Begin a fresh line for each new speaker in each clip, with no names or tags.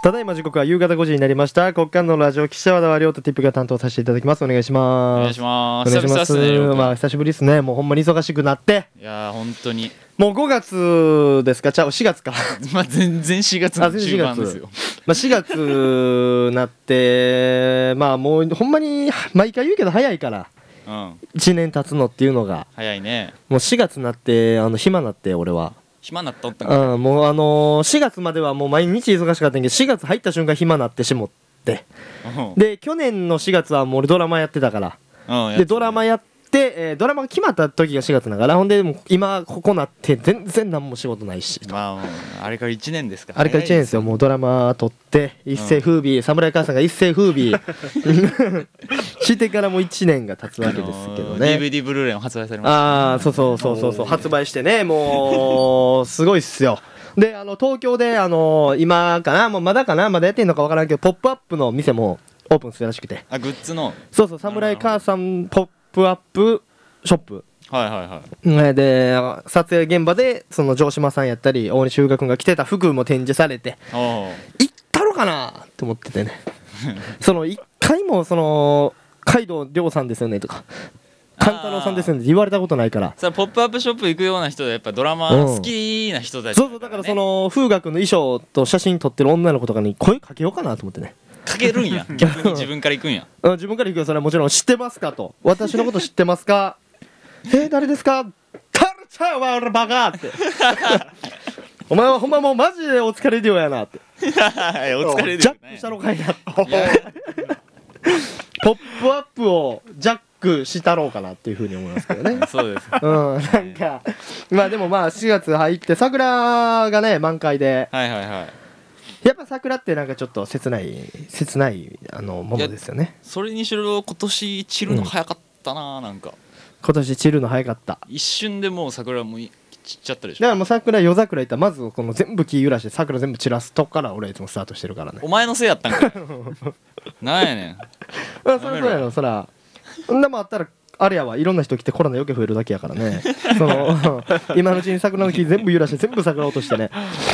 ただいま時刻は夕方5時になりました国間のラジオ記者和田は亮とティップが担当させていただきますお願いし
お願
ま
い
す
しま
お
す。
願いします
久々ですね
まあ久しぶりですねもうほんまに忙しくなって
いやー本当に、
もう5月ですかじゃあ4月か
まあ、全然4月の
あ全然
中
4
盤
月
ですよ。
まあ4月なってまあもうほんまに毎回言うけど早いから
うん、
1年経つのっていうのが
早いね。
もう4月なってあの暇なって俺は
暇なっとったんか。
うんもうあのー4月まではもう毎日忙しかったんやけど4月入った瞬間暇なってしもって
うん
で去年の4月はもう俺ドラマやってたから
うん
でドラマやって、えードラマが決まった時が4月だからほんでもう今ここなって全然何も仕事ないし
まあ、あれから1年ですから、
あれから1年ですよもうドラマ撮って一世風靡、侍母さんが一世風靡 してからもう1年が経つわけですけど
あの
ね
ー DVD ブルーレイも発売されまし
ああそうそうそうそうそう発売してねもうすごいっすよであの東京であの今かなもうまだかなまだやってんのかわからんけど「ポップアップの店もオープンするらしくて
た。あ、グッズの。
そうそう侍母さんポップアップショップ
はいはいはい。
ねで撮影現場でその城島さんやったり大西優雅君が着てた服も展示されて
おう
行ったろかなって思っててねその一回もその「カイドウ亮さんですよね」とか「勘太郎さんですよね」って言われたことないから
さあ、ポップアップショップ行くような人で、やっぱドラマ好きな人たち、
そうそうだからそ、の風雅君の衣装と写真撮ってる女の子とかに声かけようかなと思ってね
かけるんや。逆に自分から行くんや。
うん自分から言うけどそれはもちろん知ってますかと私のこと知ってますかえー誰ですかカルチャーは俺バカってお前はほんまもうマジでお疲れ量やなって
お疲れで
ジ
す
ャック
ね
したのかいな
いや
ポップアップをジャックしたろうかなっていうふうに思いますけど ね
そうです。
うんなんかまあでもまあ4月入って桜がね満開で
はいはいはい。
やっぱ桜ってなんかちょっと切ない切ないあのものですよね
それにしろ今年散るの早かったな、なんか
今年散るの早かった
一瞬でもう桜もい散っちゃったでし
だか
ょ
らもう桜夜桜行ったらまずこの全部木揺らして桜全部散らすとこから俺いつもスタートしてるからね
お前のせいやった んかいなんやねん
うんそりゃそうやろそらそんなもんあったらあれやわいろんな人来てコロナ余計増えるだけやからねそ の今のうちに桜の木全部揺らして全部桜落としてね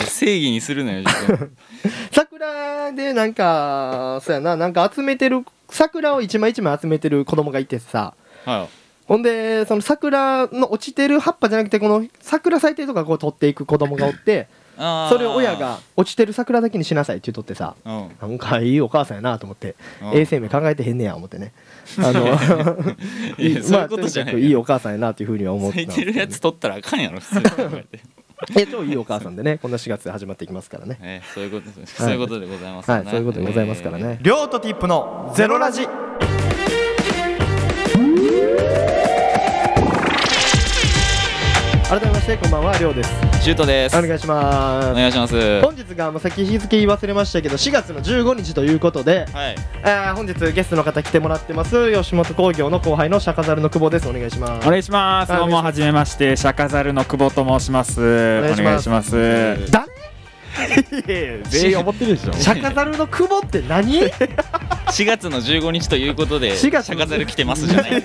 正義にするなよ自分
桜でなんかそうやななんか集めてる桜を一枚一枚集めてる子供がいてさ
は
ほんでその桜の落ちてる葉っぱじゃなくてこの桜咲いてるとかこう取っていく子供がおって
いあー
それを親が落ちてる桜だけにしなさいって言っとってさ
うん
なんかいいお母さんやなと思って
うん
衛生面考えてへんねや思ってねあの
いやそういうことじゃ
まあとにか
ない
くいいお母さんやなっていうふうには思って
咲い
たん
て
ですけ
る
ど
やつ取ったらあかんやろ普通に考 え
い
て
や超いいお母さんでねこんな4月で始まっていきますからね
ねそういうことですそういうことでございますね、
はいそういうことでございますからね
りょうとティップのゼロラジ
改めましてこんばんはりょうです
えーシュートです
お
お
願いします
願いしますは
本日がもうさっき日付言い忘れましたけど4月の15日ということで、
い
えー本日ゲストの方来てもらってます吉本興業の後輩の釈迦猿の久保ですお願いしま
お
す
願いします。
はい
どうもはじめまして、釈迦猿の久保と申します。お
願いします
願いします。
誰
全員思ってるでしょ
釈迦猿の久保って何
4月の15日ということで
4
釈
月
迦猿来てますじゃない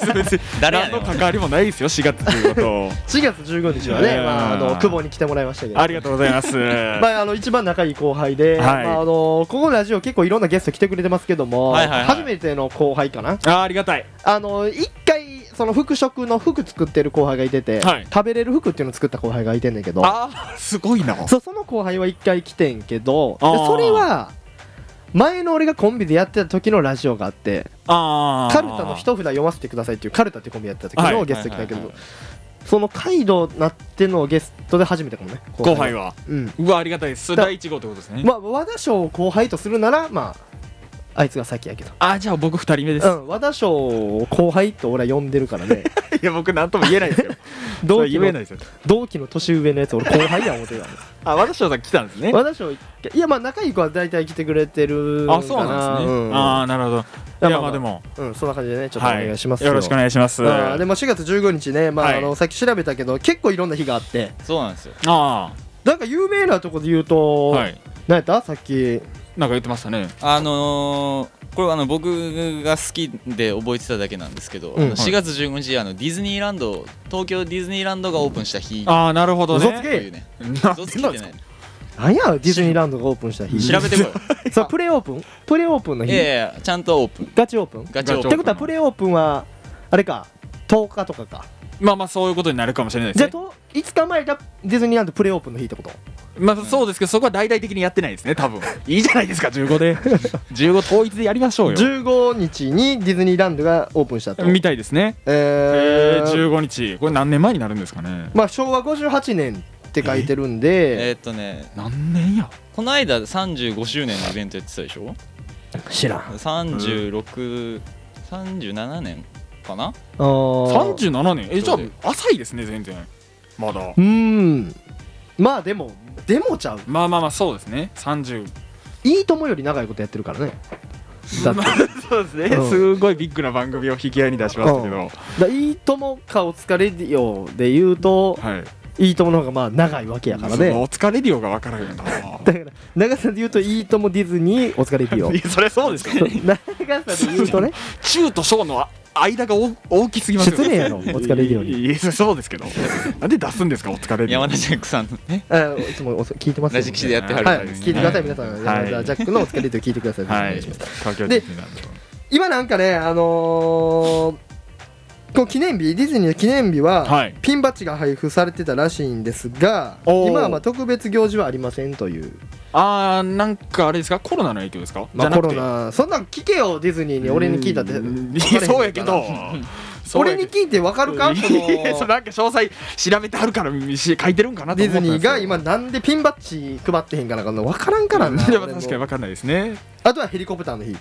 誰や
何
ねん
の関わりもないですよ、4月というこ
4月15日はね、
うん
まあ、あの久保に来てもらいましたけ
と。
ど
ありがとうござい ます。
まあ、あの一番仲いい後輩で、
はい
まあ、あのここのラジオ結構いろんなゲスト来てくれてますけども、
はいはいはい
初めての後輩かな
あ、ありがたい。
あの一回その服飾の服作ってる後輩がいてて、
はい
食べれる服っていうのを作った後輩がいてんねんけど
あ、すごいな。
そうその後輩は一回来てんけどで
あー
それは前の俺がコンビでやってた時のラジオがあって
あー
カルタの一札読ませてくださいっていうカルタってコンビやってた時
は
の
い
ゲスト来たけ
はいは
ど
いは
そのカイドウなってのをゲストで初めてかもね
後輩は。
うん
うわ、ありがたいです。それ
だ
第一号ってことですね。
まあ和田賞を後輩とするならまああいつが先やけど
あ、じゃあ僕二人目です。
うん和田賞を後輩と俺は呼んでるから ね
いや、僕なんとも言えないです よ。
同期の
ですよ。
同期の年上のやつ俺後輩や思って た
あ、和田翔さん来たんですね。
和田賞いやまあ仲いい子は大体来てくれてる
あ、そうなんですね。あ
あ
ー、なるほど。
や
い
ま
や、
あま
ま
あ
あでも、
うんそんな感じでねちょっとお
は
願いします
よろしくお願いします。
あーでも4月15日ね、まあ
はい
あのさっき調べたけど結構いろんな日があって
そうなんですよ
あ
なんか有名なとこで言うと、
ー、はい。
何やったさっき
なんか言ってましたね。
あのーこれはあの僕が好きで覚えてただけなんですけど、
うん
あの4月15日あのディズニーランド東京ディズニーランドがオープンした日
あー、なるほどね。
嘘つけ
というね
な
嘘つきってない
何やディズニーランドがオープンした日
調べてこいよ
そうプレオープンプレオープンの
い
日
やいやちゃんとオープン
ガチオープンっ
ガチオー
ガチ
プ
オ
て
ン
ことはプレオープンはあれか10日とかか
まあまあそういうことになるかもしれないで
じ
す
ゃあ
ね
と5日前がディズニーランドプレオープンの日ってこと
まあそうですけどそこは大々的にやってないですね多分 いいじゃないですか15で 15統一でやりましょうよ
15日にディズニーランドがオープンしたと
みたいですね
え
えー、
ー
15日これ何年前になるんですかね
まあ昭和58年って書いてるん
え
で
ーっとね
何年や
この間35周年のイベントやってたでしょ
知らん
3637年かな
30
37年えじゃ
そうで
あ浅いですね全然まだ
うーんまあでもでもちゃう
まあまあまあそうですね30
いいともより長いことやってるからねだって
そうですね
うん
すごいビッグな番組を引き合いに出しました
う
け
ん
ど
だいいともかお疲れディオで言うと、
はい
いいともの方がまあ長いわけやから
その
ね。
お疲れ量が分からへんない
だから長さで言うといいともディズニーお疲れディオ。
や それそうですよ
長さで言うとね、
中と小の間が大大きすぎますよ
失礼やろ、お疲れディオに。
いやそれそうですけどなんで出すんですかお疲れ量
山田ジャックさんのね
あいつもお聞いてますよ
ラジキシでやってはる
はい、
はい
聞いてください、皆さん。
はい
山田ジャックのお疲れディオ聞いてください。
は
よ
い
ろしくお願いします
東京
で
ディズニーランド
今なんかね、あのーこう記念日ディズニーの記念日は、
はい
ピンバッジが配布されてたらしいんですが
おー
今はまあ特別行事はありませんという
あーなんかあれですかコロナの影響ですか、
まあ、
じ
コ
ゃなく
ロ
て
ナそんなん聞けよディズニーに俺に聞いたって
うん
分からへんから
そうやけどそうや
俺
け
に
ど
聞いて分かる かこ
いやそれ
の
なんか詳細調べてあるからし書いてるんかなと
ディズ
思ったんで
ニ
す
ー
けど
が今なんでピンバッジ配ってへんかなんかの分からんからな
でも
俺も
確かに分かんないですね
あとはヘリコプターの日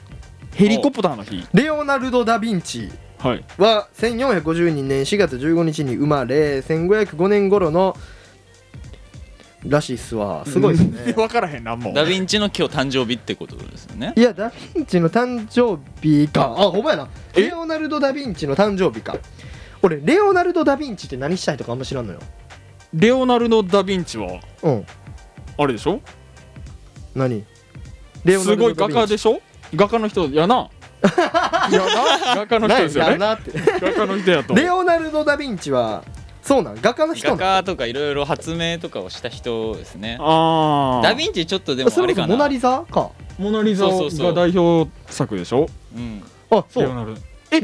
ヘリコプターの日
レオナルド・ダ・ヴィンチ
はい
は1452年4月15日に生まれ1505年頃のらしいっすわすごいですね
分からへん なんも
ダヴィンチの今日誕生日ってことですよね
いやダ・ヴィンチの誕生日かあほんまやな
え
レオナルド・ダ・ヴィンチの誕生日か俺レオナルド・ダ・ヴィンチって何したいとかあんま知らんのよ
レオナルド・ダ・ヴィンチは
うん
あれでしょ
何
すごい画家でしょ画家の人やな やな画家の人ですよね
なって
画家の人やと
レオナルド・ダ・ヴィンチはそうなん画家の人
画
なん
家とかいろいろ発明とかをした人ですね
ああ
ダヴィンチちょっとでも
そ
あ
れ
れ
こ
か
そモナ・
な
リザか
モナ・リザ
そうそうそう
が代表作でしょ
うん
あそ
レオ
う
ナルドえ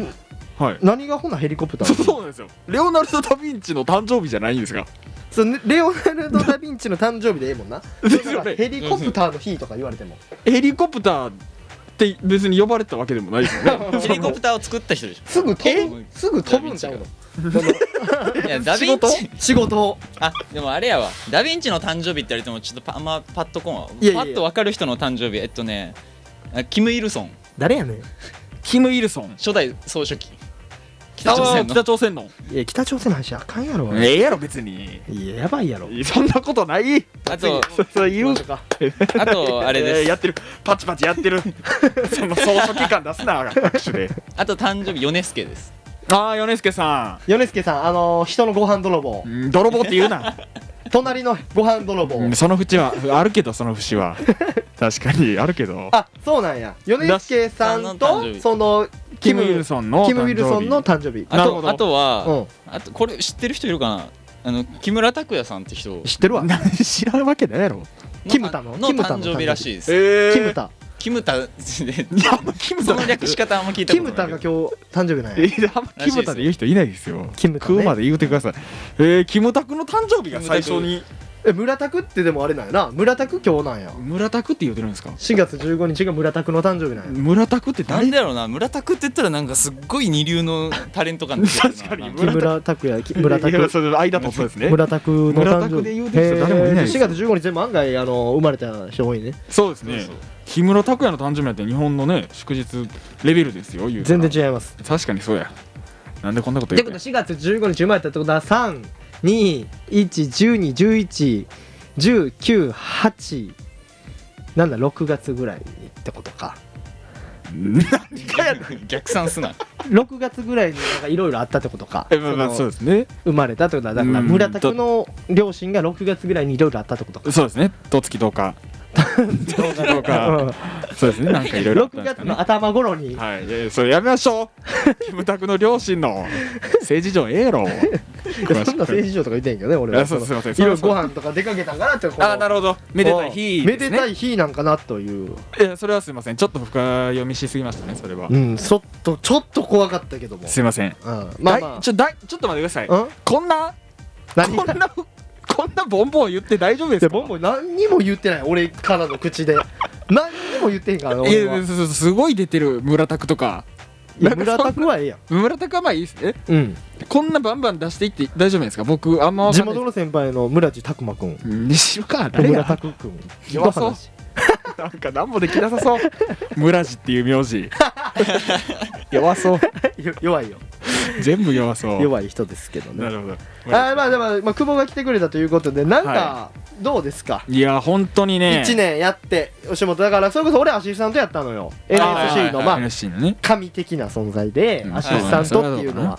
はい
何がほなヘリコプタ
そう
ー
そうなんですよレオナルド・ダ・ヴィンチの誕生日じゃないんですか
そうねレオナルド・ダ・ヴィンチの誕生日でええもんな
ですよね
ヘリコプターの日とか言われても
ヘリコプターって別に呼ばれたわけでもないですよね
ヘリコプターを作った 人でし
すぐ飛ぶ
え
すぐ飛ぶんちゃうの
ょいやダヴィンチ
仕事を
あでもあれやわダヴィンチの誕生日って言われてもちょっとパあんまパッとこんわ
いやいや
パッと分かる人の誕生日えっとねあキム・イルソン
誰やねん
キム・イルソン
初代総書記北朝鮮
あー北
の
朝鮮の
いや北朝鮮の話あかんやろ
ええやろ別に
いややばいやろ
そんなことない
あと
そそう言う
か
あとあれ
え
で
ー
す
やってるパチパチや ってるその装飾感出すな拍手で
あと誕生日ヨネスケです
ああ米助さ
米助さんあのー人のご飯泥棒
んうん泥棒って言うな
隣のご飯泥棒
うんその縁はあるけどその節は確かにあるけど
あそうなんや米助さん
だあの誕生
と
日
その
キム・イルソンの
キム・ウィルソンの
誕
誕生日
あ
なるほ
と
ど
あとは、
う
あとこれ知ってる人いるかなあの木村拓哉さんって人
ん知ってるわ
生日知らんわけないやろ
キムタの
の
キムタの
誕生日らしいです、
え
キムタ
キムタで
いやあんまキムタ
その略し方あんま聞いた
キ
ことな
ム
い
タが今日誕生日なん
え
や
ーあんまキムタで言う人いないですよ
キムタね
クーまで言うてくださいえーキムタクの誕生日が最初に
え村田くってでもあれなんやな村田く今日なんや
村田クって言うてるんですか
4月15日が村田くの誕生日なんや
村田クって
なん
誰
だろうな村田君って言ったらなんかすっごい二流のタレント 感
確かに
木村拓哉き村田
いや
く
それ間とそうですね
村田くの
村田
誕
く
生
で
日
言うてる人誰もいないです
4月15日でも案外あの生まれた人多いね
そうです
そう
ね
そう
木村拓哉の誕生日なんて日本のね祝日レベルですよ言うた
全
ら
然違います
確かにそうやなんでこんなこと
って
言う
こと
て
は4月15日生まれたってことは3 2 1 1 2 1 1 1 9 8なんだ6月ぐらいにってことか
逆算すな
6月ぐらいになんかいろいろあったってことか
え まあまあ
その
そうですね
生まれたってことはだから
うん
村田君の両親が6月ぐらいにいろいろあったってことか
そうですね十月10日十月10
うん
日そうですねなんかいろいろあっ
6
たんです
月
かね
の頭頃に
はいいやいやそれやめましょうキムタクの両親の政治上ええやろ
いやそんな政治上とか言ってんけどね、俺
あ
は。
そうすいません
いろいろご飯とか出かけたんかなって。こう
あーなるほどめでたい日
めでた
い
い日なんかなという。
やそれはすいませんちょっと深読みしすぎましたねそれは
うん、ちょっと、ちょっと怖かったけども。
すいません
うん、まあま
だ
あ
いち。ょだいちょっと待ってください
うん
こんな
何
こんなこんなボンボン言って大丈夫で
ですボ
か
ンボン何にも言ってない俺からの口で 何にも言ってへんからない俺
や
はい
すすすごい出てる村田区とか
や
なんか
村田君はええやん
村田区はまあいいですね
うん
こんなバンバン出していって大丈夫なんですか僕あんまわ
地
かんない
元の先輩の村地拓磨君
西岡誰
村
や
田君君
弱そうなんか何もできなさそう 村地っていう名字 弱そう
よ弱いよ
全部弱そう
弱い人ですけど
な
ね
るほど
あーまあでも、まあ、久保が来てくれたということでなんか
は
どうですか、
いや本当にね
1年やって吉本だからそれこそ俺アシスタントやったのよ
あー
NSC の
はいはいはい
まあ
NSC のね
神的な存在で
うん
アシスタントっていうのは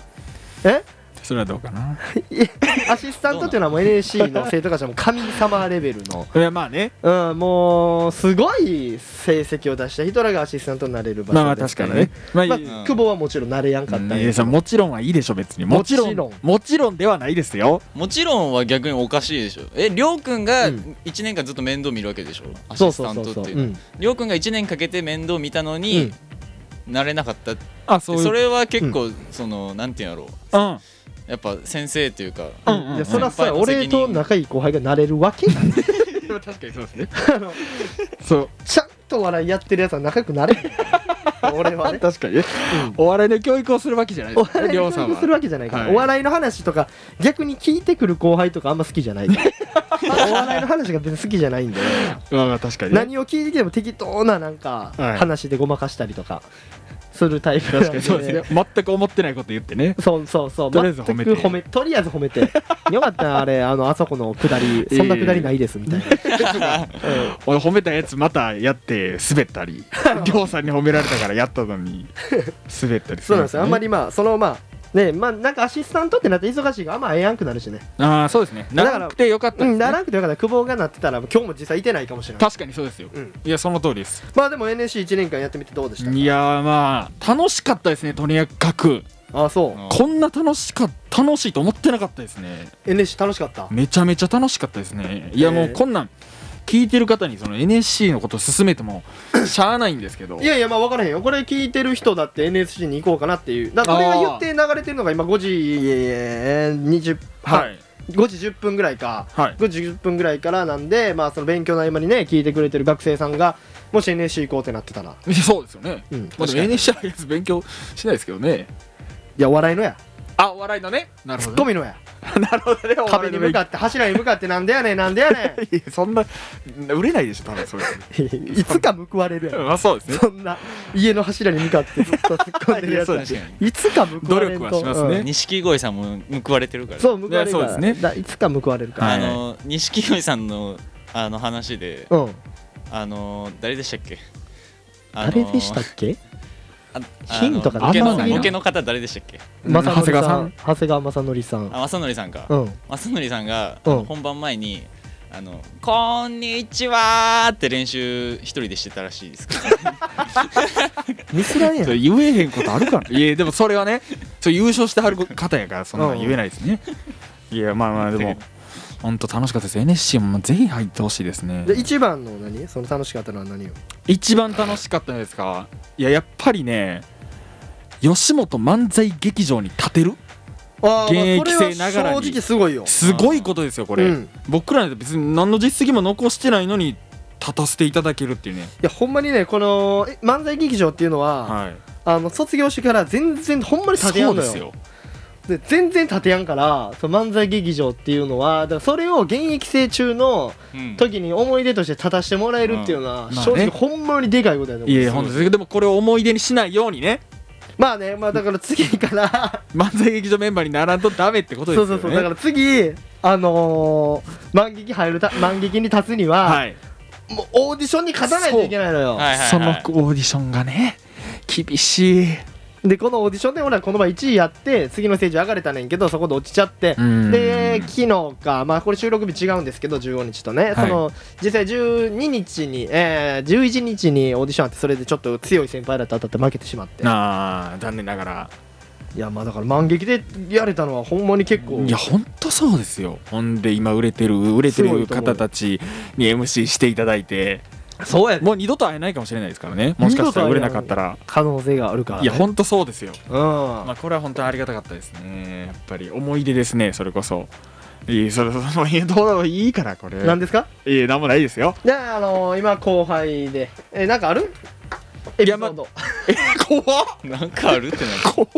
え
それはどうかない
やアシスタントっていうのはもう NSC の生徒会長も神様レベルの
いやまあね
うん、もうすごい成績を出した人らがアシスタントになれる場
まあま
所
あ
です
確
か
から
ね
にね。まあいい
まあ
うん
久保はもちろん慣れやんかったん
い
や
や
けど
もちろんはいいでしょ別にもちろ
もちろん
んもちろんではないですよ
もちろんは逆におかしいでしょえりょうくんが
うん
1年間ずっと面倒見るわけでしょア
そ
シ
う
ス
そ
タ
う
ン
そ
ト
う
って
そう
いううの
ん
りょうくんが1年かけて面倒見たのに、なれなかったって
あそ
そう
いう
れは結構、そのなんていうんやろう
うん
やっぱ先生というか、
う
う
ん
ん
いやそら
先
さ
輩の責任
俺と仲いい後輩がなれるわけない
確かにそうですねそう
ちゃんと笑いやってるやつは仲良くなれへん俺はね
確かにねお笑いの教育をするわけじゃない
お
ですか
笑い
りょ
の
うさ
教
ん
育
は
するわけじゃないから、
は い
お笑いの話とか逆に聞いてくる後輩とかあんま好きじゃないからお笑いの話が別に好きじゃないんで
まあまあ確かにね
何を聞いてきても適当ななんか
はい
話でごまかしたりとかするタイプなん
確
で
かにそうですね全く思ってないこと言ってね
そうそうそう。
とりあえず褒めて
全くとりあえず褒 めて。よかったなあれ、あの、あそこの下り、そんな下りないです、みたいな。 うん
俺褒めたやつまたやって滑ったり りょうさんに褒められたからやったのに滑ったり
そうなんですよ。あんま
り
りまあ、そのまあ、ね、まあ、なんかアシスタントってなって忙しいから、あんまええやんくなるしね。
ああそうですね
だから
ならくてよかった
う
です
ん、
ね
ならんくてよかった。久保がなってたら、今日も実際いてないかもしれない。
確かにそうですよ
うん。
いやその通りです
まあでも NSC1 年間やってみてどうでした
いやーまあ楽しかったですねとにかく
あ、そう。
こんな楽しか楽しいと思ってなかったですね
NSC 楽しかった。
めちゃめちゃ楽しかったですねいやも
え
う
ー
こんなん聞いてる方にその NSC のこと勧めてもしゃあないんですけど
いやいや、まあ分からへんよ。これ聞いてる人だって NSC に行こうかなっていう。だから俺が言って流れてるのが今5時えー20、
は
はいい、5時10分ぐらいか。
はい
5時10分ぐらいからなんで、まあ、その勉強の合間にね聞いてくれてる学生さんがもし NSC 行こうってなってたら、
いやそうですよね
うん、い
まあ、でも NSC は勉強しないですけどね
や笑いのや
あお笑いのねなる
ツ
ほ
ッコ
どね
ミのや
なるほどねお
壁
笑
に
い
向
の勉強
かって柱に向かってなんでやねんなんでやね
いやそんな売れないでしょ多分それ
んいつか報われるや
まあそうですね
ん そんな家の柱に向かってずっと突っ込んでるやつなんて
いやそうです
いつか報われると
努力はしますね
うん
錦鯉さんも報われてるから
そう報われるか
いや
ら
そうですね
だいつか報われるから、
あの錦鯉さんのあの話で
うん
あの誰でしたっけあの
誰でしたっけ
あ
ヒントが
あのボケ
あんま
の
ないな
ボケの方誰でしたっけ
うん
正則
長谷川さん
長谷川正則さん
あ正則さんか
うん
正則さんが
うん
本番前にあのこんにちはーって練習一人でしてたらしいですけど
ミスらんや
そ
ん
れ言えへんことあるか ないやでもそれはねそう優勝してはる方やからそんなの言えないですね いやまあまあでも本当楽しかったです NSC もぜひ入ってほしいですね
で一番の何その楽しかったのは何よ
一番楽しかったですかいややっぱりね吉本漫才劇場に立てる
あーまあ
現役生ながらに
それは正直すごいよ
すごいことですよこれ、
うんい
僕らなんて別に何の実績も残してないのに立たせていただけるっていうね
やほんまにねこのえ漫才劇場っていうのは、
はい
あの卒業してから全然ほんまに立てや
そうんで
のよ
すよ
で全然立てやんからその漫才劇場っていうのはだからそれを現役生中の
うん
時に思い出として立たせてもらえるっていうのは、
うんまあ
正
ね
直ほんまにでかいことやと思う
いや本当ですでもこれを思い出にしないようにね
まあねまあだから次から
漫才劇場メンバーにならんとダメってことで
そ
すよ
う
ね
そうそうだから次あのー、万劇入るた万劇に立つには、
はい
もうオーディションに勝たないといけないのよ、
はいはいはい
そのオーディションがね厳しい、
でこのオーディションで俺はこの前1位やって次のステージ上がれたねんけどそこで落ちちゃって、
うん
で昨日かまあこれ収録日違うんですけど15日とね、
い
その実際12日に、えー11日にオーディションあってそれでちょっと強い先輩だと当たって負けてしまって
あー残念ながら
いやまあだから満劇でやれたのはほんまに結構
いや本当そうですよほんで今売れてる売れて
すごい
る
と思う
方たちに MC していただいて
そうや
もう二度と会えないかもしれないですからねもしかしたら売れなかったら
可能性があるから、ね、
いや本当そうですよ
うん、
まあこれは本当にありがたかったですねやっぱり思い出ですねそれこそいいそれそのいやどういいからこれ
何ですか
いやなんもないですよ
じゃあ、あのー今後輩でえなんかあるエピソード、
怖っ
なんかあるってなんか
怖っ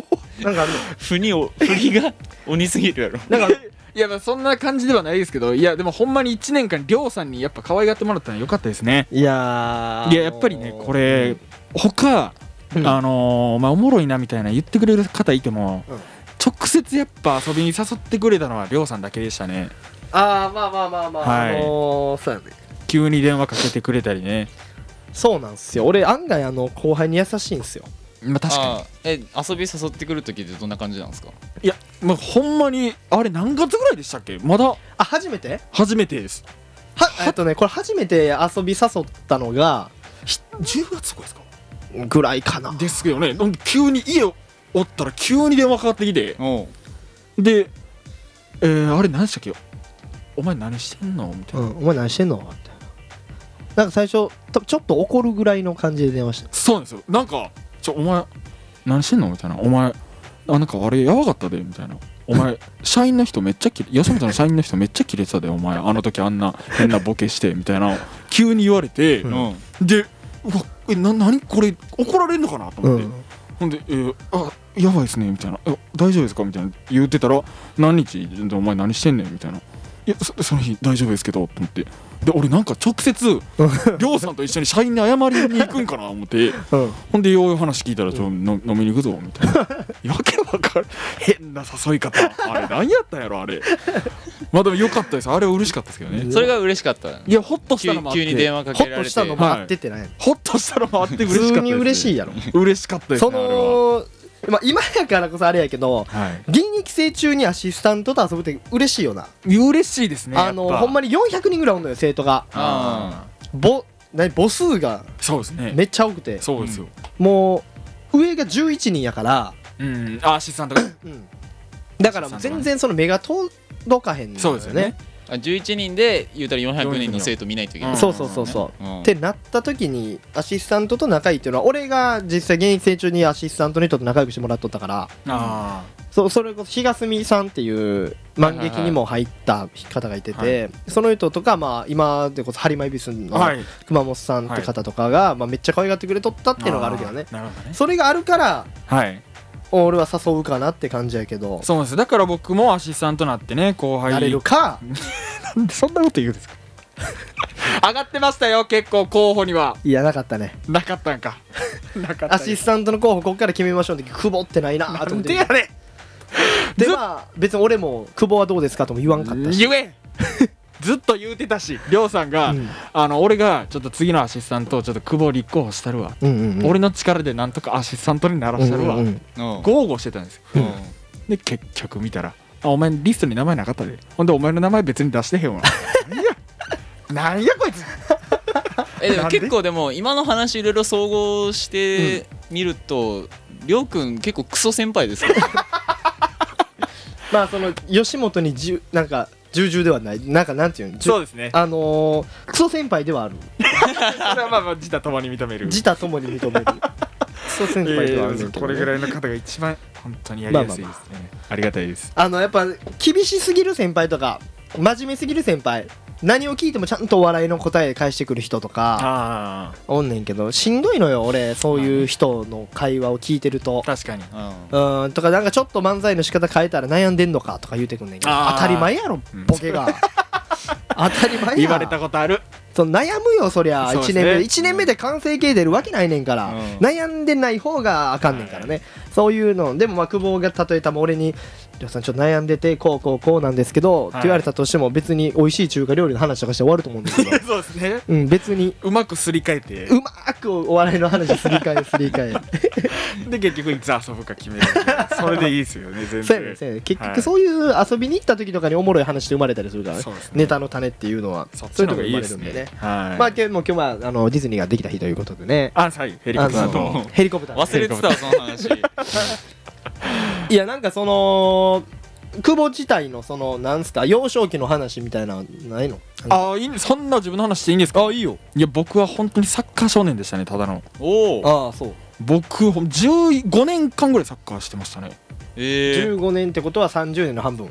なんかある
振りを振りが鬼すぎるやろ
のなんか
いやまあそんな感じではないですけどいやでもほんまに1年間りょうさんにやっぱ可愛がってもらったのは良かったですね
いやー
いややっぱりねこれ、他、
うん
あのーまあ、おもろいなみたいな言ってくれる方いても、
うん
直接やっぱ遊びに誘ってくれたのはりょうさんだけでしたね
あーまあまあまあまあ、
はい
あのーそうやね
急に電話かけてくれたりね、
そうなんすよ俺案外あの後輩に優しいんすよ
まあ、確か
あーえ遊び誘ってくる時ってどんな感じなんですか
にいや、まあ、ほんまにあれ何月ぐらいでしたっけまだ
あ初めて
初めてです
はえっとねこれ初めて遊び誘ったのが
ひ10月とかですか
ぐらいかな
ですよねなんで急に家おったら急に電話かかってきて
おう
で、えー、あれ何でしたっけお前何してんのみた
う
いな、
ん、お前何してんのみたいななんか最初とちょっと怒るぐらいの感じで電話して
そうなんですよなんかちょお前何してんのみたいなお前あなんかあれやばかったでみたいなお 前社員の人めっちゃキレ吉本の社員の人めっちゃキレてたでお前あの時あんな変なボケしてみたいな急に言われて、
う
うんん
でうわえな何これ怒られるのかなと思って、ほんで、えーあやばいですねみたいな、え大丈夫ですかみたいな言ってたら、何日、お前何してんねんみたいな、いや、そその日大丈夫ですけどと思って、で、俺なんか直 接、りょうさんと一緒に社員に謝りに行くんかな思って、
うん、うん、
ほんで、ようやく話聞いたら、ちょの飲みに行くぞみた いな、やけわかる、変な誘い方、あれ、何やったんやろ、あれ。まあでもよかったです、あれは嬉しかったですけどね。
それが嬉しかった
いや、ほっとし
急
た
に
のもあっ
急
て、
に電話か
ホッ
けられ
と
て
したのもあってってない、
ほっとしたのもあって嬉しかっ
普
た
通に嬉しい
や
やろ
嬉しかったです
そ
ね、あれは。
のまあ、今やからこそあれやけど
はい
現役生中にアシスタントと遊ぶって嬉しいよな、
嬉しいですね
あのほんまに400人ぐらいおんのよ生徒が
あ
ぼ何母数が
そうですね
めっちゃ多くて
そうですよ、
もう上が11人やから、
うん、アシスタントが
うん、だからもう全然その目が届かへんのよ
そうですよね
あ11人で言うたら400人の生徒見ないといけない
うん
そうそうそうそう、
うん
ってなった時にアシスタントと仲いいっていうのは俺が実際現役生中にアシスタントの人と仲良くしてもらっとったから
あ
そそれこそ東美さんっていう万劇にも入った方がいてて、
はいは
その人とか、まあ、今でこそハリマイビスの
はい
熊本さんって方とかが、まあ、めっちゃ可愛がってくれとったっていうのがあるけどね
なるほどね
それがあるから
はい
俺は誘うかなって感じやけど
そうですだから僕もアシスタントなってね後輩
なれるか
そんなこと言うんですか上がってましたよ結構候補にはい
やなかったね
なかったんかなかった
アシスタントの候補ここから決めましょうの時久保ってないなと思って
なんでや
でまあ別に俺も久保はどうですかとも言わんかったし、
言えずっと言うてたしりょうさんが、
うん
あの俺がちょっと次のアシスタントをちょっと久保立候補したるわ、
うんうんうん、
俺の力でなんとかアシスタントにならしたるわ、
うんうんうん
うん
豪語してたんですよ
うん
で結局見たらあお前リストに名前なかったでほんでお前の名前別に出してへんわ なんやなんやこいつ
えでも結構でも今の話いろいろ総合してみると、りょうくん結構クソ先輩ですよ
まあその吉本にじゅなんか重々ではないなんかなんていうのじゅ
ですね
あのー、クソ先輩ではある
それはまあまあ自他ともに認める
自他ともに認 めるクソ先輩ではあるんだけどね、
これぐらいの方が一番本当にやりやすいですね、
まあ
ありがたいです
あのやっぱ厳しすぎる先輩とか真面目すぎる先輩何を聞いてもちゃんとお笑いの答え返してくる人とか
あ
おんねんけどしんどいのよ俺そういう人の会話を聞いてると
あ確かに
うん
うーんとかなんかちょっと漫才の仕方変えたら悩んでんのかとか言うてくんねんけど
あー
当たり前やろ
うん
ボケが当たり前や
言われたことある
その悩むよそりゃ
そう
1年
ですね
目1年目で完成形出るわけないねんから、
うん
悩んでない方があかんねんからね、そういうのでもまあ久保が例えたも俺に「りょうさんちょっと悩んでてこうこうこうなんですけど」って言われたとしても別に美味しい中華料理の話とかして終わると思うんです けど
そうですね
うん別に
うまくすり替えて
うまーくお笑いの話すり替えすり替え
で結局いつ遊ぶか決めるそれでいいですよね 全然
そうやねんそうやねん結
はい
局そういう遊びに行った時とかにおもろい話で生まれたりするからね
そうですね
ネタの種っていうのは
そっ
そ
ち
ういう
の
ところに
方がいい
生ま
で
れるんで
す
ね
ねはい
まあ今日も今日はあのディズニーができた日ということでね
あはいヘリコプター
あ
と
のヘリコプター
忘れてたわその話
いやなんかその久保自体のそのなんすか幼少期の話みたいなのないの
ああいいんそんな自分の話していいんですか
あいいよ
いや僕は本当にサッカー少年でしたねただの
おお
ああそう
僕ほん15年間ぐらいサッカーしてましたね
え
15年ってことは30年の半分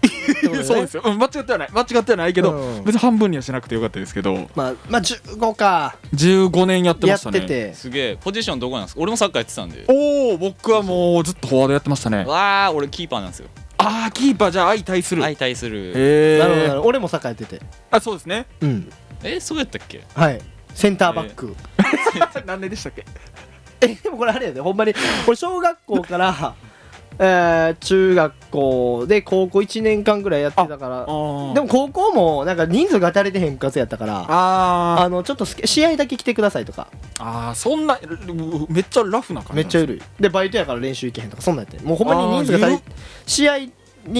そうですよ、うん間違ってはない間違ってはないけど、
うん
別に半分にはしなくてよかったですけど
まあまあ15か
15年やって
や
ま
っ
した
て
ね
て
ー、すげえポジションどこなんですか俺もサッカーやってたんで
おお僕はもうずっとフォワードやってましたね
わあ俺キーパーなんですよ
ああキーパーじゃあ相対する
相対する
へ
なるほどなる
え
ほど俺も栄えてて
あそうですね
うん
えそうやったっけ
はいセンターバック、
何年でしたっけ
えでもこれあれやでほんまに俺小学校からえー、中学校で高校1年間ぐらいやってたからで
で
も
も
高校もなんか人数が足りてへん部活やったから
あー
あのちょっとすけ試合だけ来てくださいとか
あーそんなううめっちゃラフな感じ
めっちゃ
い
ゆるいでバイトやから練習行けへんとかそんなんやってもうほんまに人数が足り試合に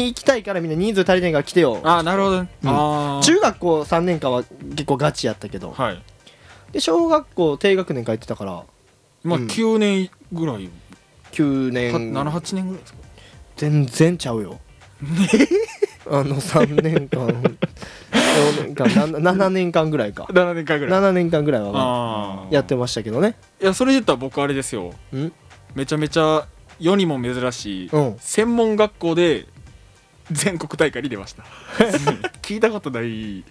行きたいからみんな人数足りてへんから来てよ
あーなるほどね、
うん
あー
中学校3年間は結構ガチやったけど
はい
で小学校低学年から行ってたから
まあ
うん
9年ぐらい、
9
は
年
78年ぐらいですか
全然ちゃう よあの3年間4年間 7, 年間ぐらいか
7年間ぐい
7年間ぐらいは
ああ
やってましたけどね
いやそれで言ったら僕あれですよ
うん
めちゃめちゃ世にも珍しい
うん
専門学校で全国大会に出ました 聞いたことない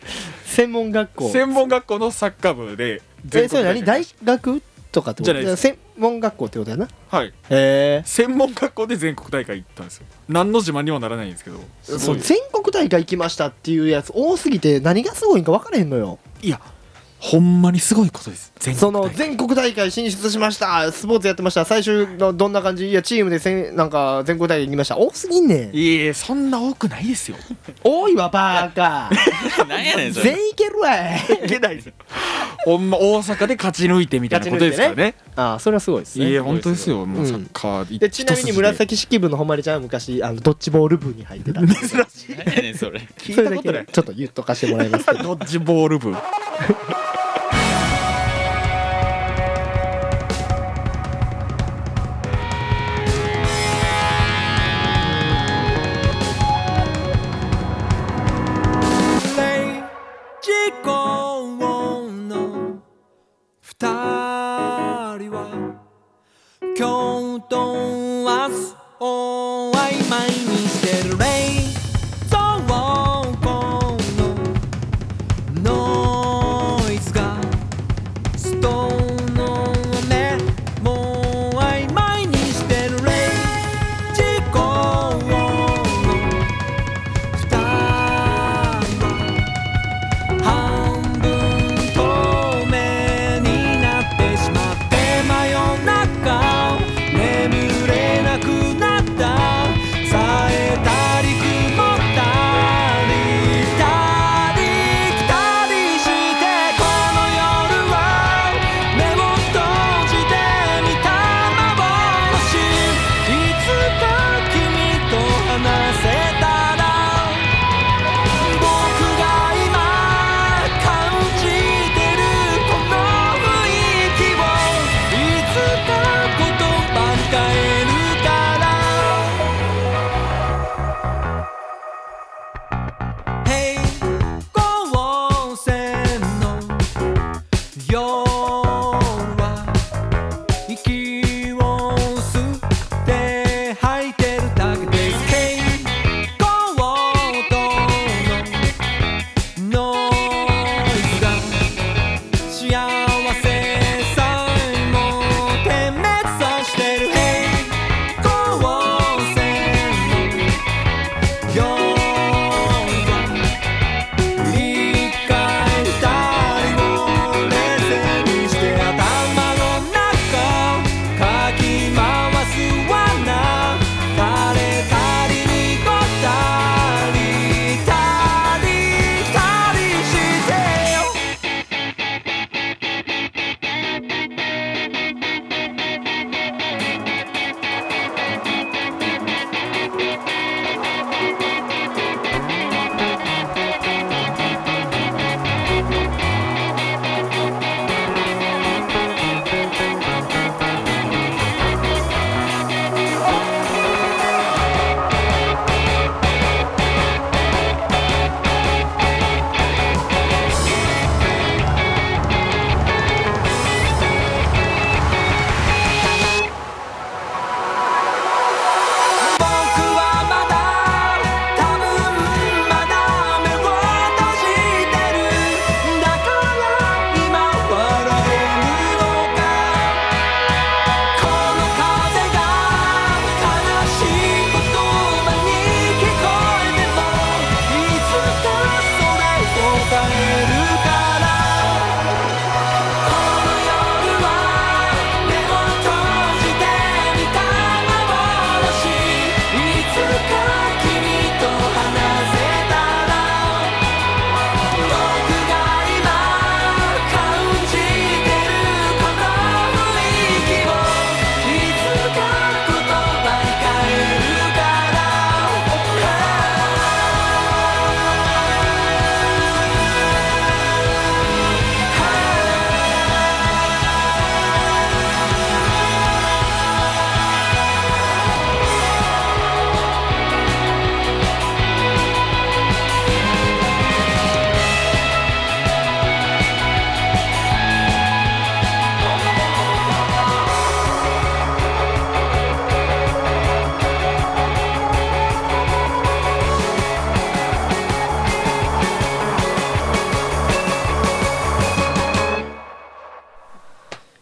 専門学校
専門学校のサッカー部で
えそれ
大会
何大学とかってこと
じゃないです
専門学校ってことやな
はい
へえ
専門学校で全国大会行ったんですよ何の自慢にもならないんですけど
そう全国大会行きましたっていうやつ多すぎて何がすごいんか分からへんのよ
いやほんまにすごいことです全
その全国大会進出しましたスポーツやってました最終のどんな感じいやチームでせんなんか全国大会行きました多すぎんねん
いえいえそんな多くないですよ
多いわバーカ
なんやねんそれ
全いけるわい
いけないですよほんま大阪で勝ち抜いてみたいなことですからね
ああそれはすごいです
いえいえ
ね
本当ですよもううんサッカー
でちなみに紫式部の誉れちゃんは昔あのドッジボール部に入ってた 珍しい
なんやねんそれ
それだけちょっと言っとかしてもらいますけど
ドッジボール部
時間の二人は今日と明日を曖昧にしてる冷蔵庫のノイ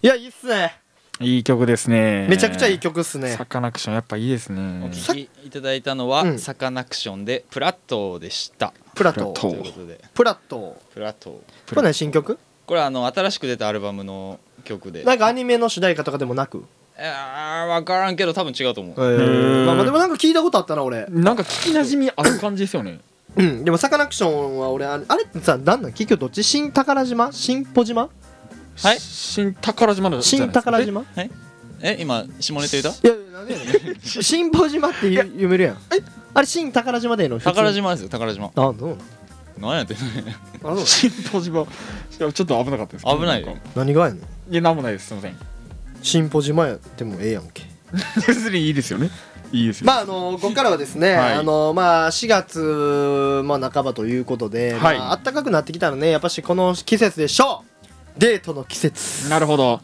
いやいいっすね
いい曲ですね
めちゃくちゃいい曲っすね
サカナクションやっぱいいです
お
ね
聴きいただいたのは、
うん
サカナクションでプラトーでした
プラト
プラ
ー
ト
ということで
プラト
プラトー
ーこれ何新曲
これはあの新しく出たアルバムの曲で
なんかアニメの主題歌とかでもなく
あー分からんけど多分違うと思
え
う
ーまあまあでもなんか聞いたことあったな俺
なんか聞きなじみある感じですよね
うんでもサカナクションは俺あれあれってさ何なん結局どっち新宝島新ポ島
はい
新宝島の
新宝島
え今下ネタ言うた
いやいやなんでやねん 新宝島って言う読めるやんあれ新宝島でいいの
宝
島
島ですよ宝島
あそうなの
何やってんの
あそう
新宝島いやちょっと危なかったです
危ないよ
んか
何がやねん
いやなんもないですすいません
新宝島やでもええやんけ
別にいいですよねいいですよ
まああのここからはですね、
はい
あのまあ4月まあ半ばということで、
はい
まあ暖かくなってきたらねやっぱしこの季節でしょうデートの季節
なるほど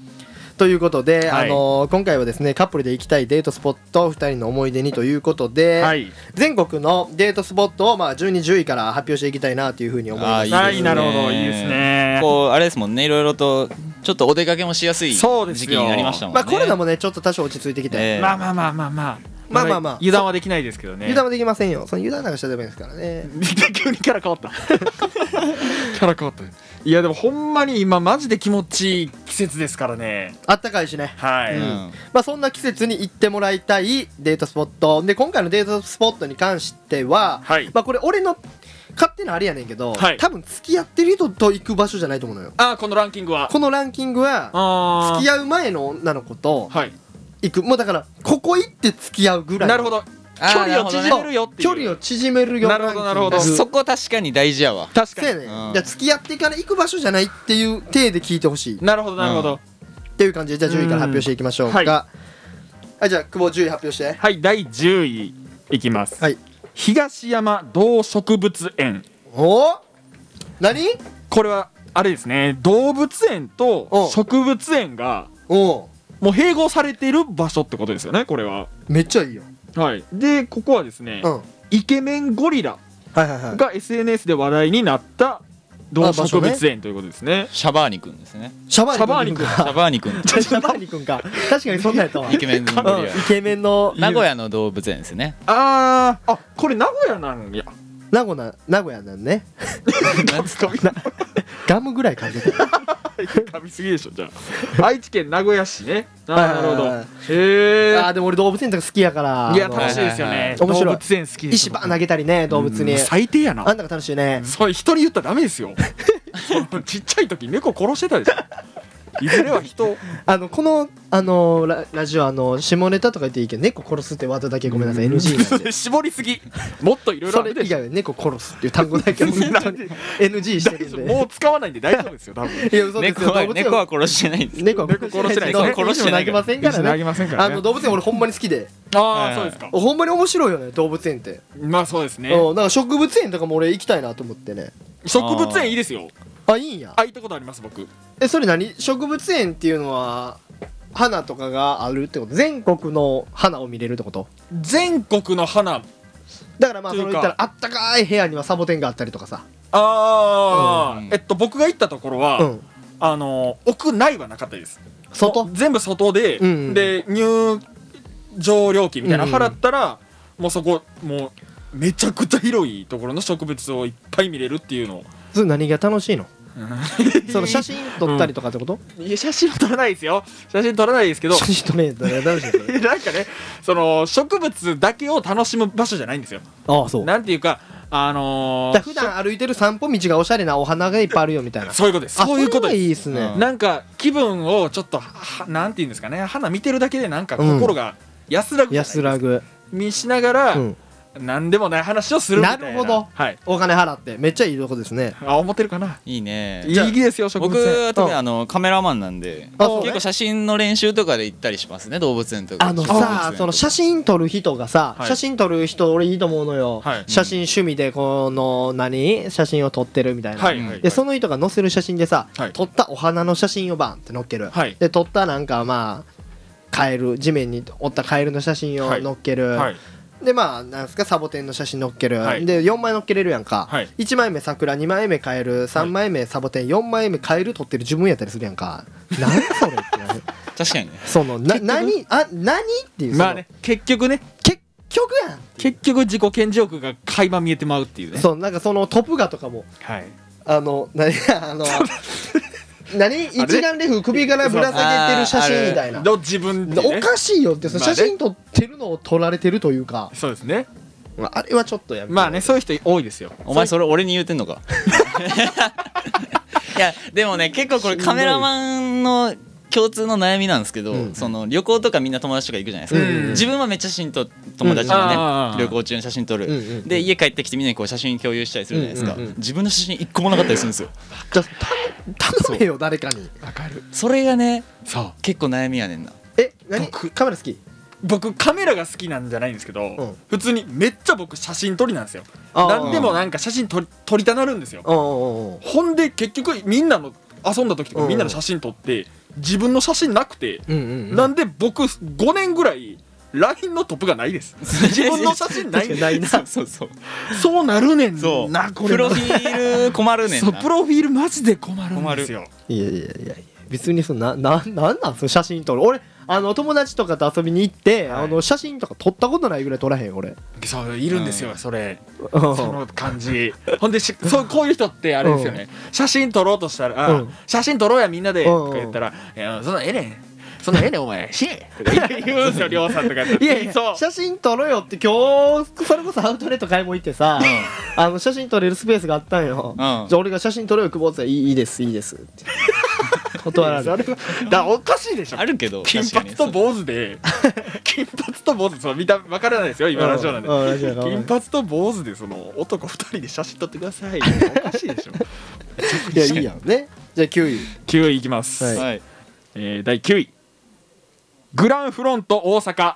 ということで、
は
あ
い
の今回はですねカップルで行きたいデートスポット2人の思い出にということで、
はい
全国のデートスポットをまあ12、10位から発表していきたいなというふうに思います。
あー
は
で
い
すね
なるほどいいですね
こうあれですもんねいろいろとちょっとお出かけもしやすい時
そうです
期
よ
になりましたもん
ま
ね
あコロナもねちょっと多少落ち着いてきて、
ええ
まあまあまあまあまあ
まあまあまあ
油断はできないですけどね
油断はで きませんよその油断なんかしちゃダメですからね
急 にキャラ変わったキャラ変わったいやでもほんまに今マジで気持ちいい季節ですからね
あったかいしね
は
う
い、
ん
まあ、そんな季節に行ってもらいたいデートスポットで今回のデートスポットに関しては、
はい
まあ、これ俺の勝手なあれやねんけど、
はい
多分付き合ってる人と行く場所じゃないと思うのよ
ああこのランキングは
このランキングは
あ
付
あ
き合う前の女の子と
はい
行くもうだからここ行って付き合うぐらい
なるほど
あー
距離を縮めるよっていう
距離を縮めるよ
なるほどなるほ
ラ
ど
ンキング
そこ確かに大事やわ
確
そう
か
や
に
ねん、
うん
じゃあ付き合ってから行く場所じゃないっていう体で聞いてほしい
なるほどなるほど、
っていう感じでじゃあ10位から発表していきましょうか、
うん
はじゃあ久保10位発表して
はい第10位いきます、
はい
東山動植物園
おお何
これはあれですね動物園
お
と植物園が
おお
もう併合されている場所ってことですよねこれは
めっちゃいいよ
はいでここはですね、
うんはい
イケメンゴリラ
はいはい
が SNS で話題になった動植物園ということですね。
シャバーニ君ですね
シャバーニ君
シ
か
ャバーニ君
シャバーニ君か確かにそんなんやったわ
イケメンのゴ
うん
リ
イ
ラ
ケメンの
名古屋の動物園ですね
あーあこれ名古屋なんや。
名古屋名古屋なんね
なんつった
ガムぐらい感じてた
噛みすぎでしょじゃあ。愛知県名古屋市ね。あ
はい
ー
は
ないるほ
はい
ど
はい。
へ
あー
え。
でも俺動物園とか好きやから
いや
あの
楽しいですよ
はいはいは
ね
い。
動
面白い
物園好きです。
石ば投げたりね動物に
うん最低や
あ
な。
んたが楽しいね
それ人に言ったらダメですよ。 そのちっちゃい時猫殺してたでしょ。いずれは人を。
あのこのあのララジオあの下ネタとか言っていいけど猫殺すってワードだけごめんなさい NG なん で
絞りすぎ。もっといろいろ
そ
あ
れ
るで
以
しょ。
外は猫殺すっていう単語だけ本当に NG してるんで
もう使わないんで大丈夫ですよ多分。
いや嘘です
猫
よ
は
動物園
猫は殺してないんです
猫は
猫殺してない
動物園
そう殺してない
にも投げませんからね
投げませんから
あ
ね
の。動物園俺ほんまに好きで
ああそうですか。
ほんまに面白いよね動物園って
まあそうですね。
うんなんか植物園とかも俺行きたいなと思ってね
植物園いいですよ
あいいんや
あ行ったことあります僕
えそれ何植物園っていうのは花とかがあるってこと全国の花を見れるってこと
全国の花
だからまあ
と
そ
い
の言
うか
ったらあったかい部屋にはサボテンがあったりとかさ
ああ、
うん
えっと僕が行ったところは、
うん
あの屋内はなかったです
外
全部外で、
うんうん
で入場料金みたいなの
うんうん
払ったら、もうそこもうめちゃくちゃ広いところの植物をいっぱい見れるっていうのを
それ何が楽しい のその写真撮ったりとかってこと、
いや写真は撮らないですよ写真撮らないですけど
写真撮れ誰が楽しいのそれ
なんかねその植物だけを楽しむ場所じゃないんですよ
ああそうだか
なんていうかあのー
ら普段歩いてる散歩道がおしゃれなお花がいっぱいあるよみたいな
そういうことです
あ
そういうこと
それ
です
はいいですね、
うん
なんか気分をちょっとはなんて言うんですかね花見てるだけでなんか
うん
心が安らぐじゃないです
安らぐ、
見しながら、
うんん、、
何でもない話をするみたいな
なるほど
はい
お金払ってめっちゃいいとこですね
あ思ってるかない
いね
いいですよ植物
僕
園
は特に
うん
あのカメラマンなんで
あそうね
結構写真の練習とかで行ったりしますね動物園とか
あの
動物園と
さ
か
その写真撮る人がさ、
はい
写真撮る人俺いいと思うのよ、
はい
写真趣味でこの何写真を撮ってるみたいな、
はい
うん
はい
でその人が載せる写真でさ、
はい
撮ったお花の写真をバンって載っける、
はい
で撮ったなんかまあカエル地面におったカエルの写真を
はい
載っける、
はい
でまあなんすかサボテンの写真載っける、
はい
で4枚載っけれるやんか、
はい
1枚目桜2枚目カエル3枚目サボテン4枚目カエル撮ってる自分やったりするやんか、なんそれってなる
確かにね
そのな何あ何っていうその
まあね結局ね
結局やん
結局自己顕示欲が垣間見えてまうっていうね
そうなんかそのトップガとかも
はい
あの何あの何一眼レフ首からぶら下げてる写真みたいな
の自分で、
お
ね、
かしいよってその
まあ
写
ね
真撮ってるのを撮られてるというか
そうですね
あれはちょっとやめて
まあねそういう人多いですよ
お前それ俺に言うてんのか いやでもね結構これカメラマンの共通の悩みなんですけど、
うん
その旅行とかみんな友達とか行くじゃないですか、
うん
自分はめっちゃ写真撮友達のね、
うんあー
旅行中に写真撮る、
うんうん
で家帰ってきてみんなにこう写真共有したりするじゃないですか、
うんうんうん
自分の写真一個もなかったりするんですよ
じゃあ頼頼めよ誰かに
わかる
それがね
そう
結構悩みやねんな
え何
僕
カメラ好き
僕カメラが好きなんじゃないんですけど、
うん
普通にめっちゃ僕写真撮りなんですよ
あー
何でもなんか写真撮り撮りたなるんですよ
うんうんうん
ほんで結局みんなの遊んだ時と
う
か
ん
みんなの写真撮って自分の写真なくて、
うんうんうん
なんで僕5年ぐらい LINE のトップがないです自分の写真ないんです
ないな
そうそうそう
そうなるねん
そう
なこ
プ
れ
ロフィール困るねん
そう
な
プロフィールマジで困るんですよ
いやいやいやいや別にそのなななんなんその写真撮る俺あの友達とかと遊びに行って、
はい
あの写真とか撮ったことないぐらい撮らへん俺
そういるんですよ、
うん
それ
うん
その感じほんでしそうこういう人ってあれですよね、写真撮ろうとしたら「あ
うん
写真撮ろうやみんなで」
うんうん
とか言ったら「いやそんなんええねんそんなんええねんお前しとか言う言うんですよりょうさんとかやったら
いやいや
そう
写真撮ろよって今日それこそアウトレット買い物行ってさ、あの写真撮れるスペースがあったんよ、
うん
じゃあ俺が写真撮ろよ久保田さんいいいいですいいですって断られ
そ
る
れはだからおかしいでしょ
あるけど
金髪
確
と
かに
坊主で金髪と坊主そう見た分からないですよ今ラジオなんで
うんうんラジオだから
金髪と坊主でその男2人で写真撮ってくださいおかしいでしょ
いやいいやんねじゃあ9位
9位いきます、
はい
そうはい
えー第9位グランフロント大阪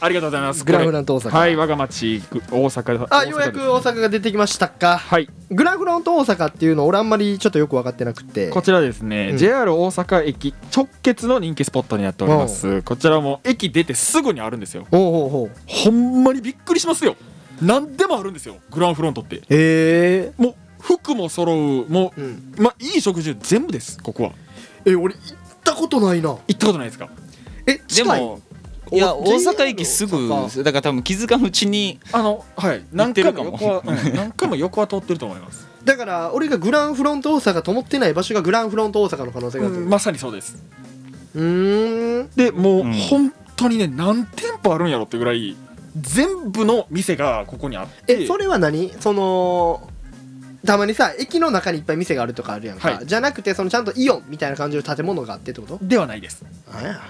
ありがとうございます
グランフロント大阪
はい我が町ぐ大阪
あようやく大
大阪です
阪が出てきましたか
はい
グランフロント大阪っていうの俺あんまりちょっとよく分かってなくて
こちらですね、
うん
JR 大阪駅直結の人気スポットになっておりますこちらも駅出てすぐにあるんですよ
おうおうおう
ほんまにびっくりしますよ何でもあるんですよグランフロントって
へえ
もう服も揃うもう、
うん
まいい食事全部ですここは
え俺行ったことないな
行ったことないですか
え
で
近い
もいや
お
大阪駅すぐ
大
だから多分気づかぬうちに
あのはい
行っ
何
て
回
るか
も
も
横は、うん 何回も横は通ってると思います、
だから俺がグランフロント大阪と思ってない場所がグランフロント大阪の可能性があると
う
い
ん
う
まさにそうです
うーん
でもう、
うん
本当にね何店舗あるんやろってぐらい全部の店がここにあって
えそれは何そのたまにさ駅の中にいっぱい店があるとかあるやんか、
はい
じゃなくてそのちゃんとイオンみたいな感じの建物があってってこと
ではないです
あや、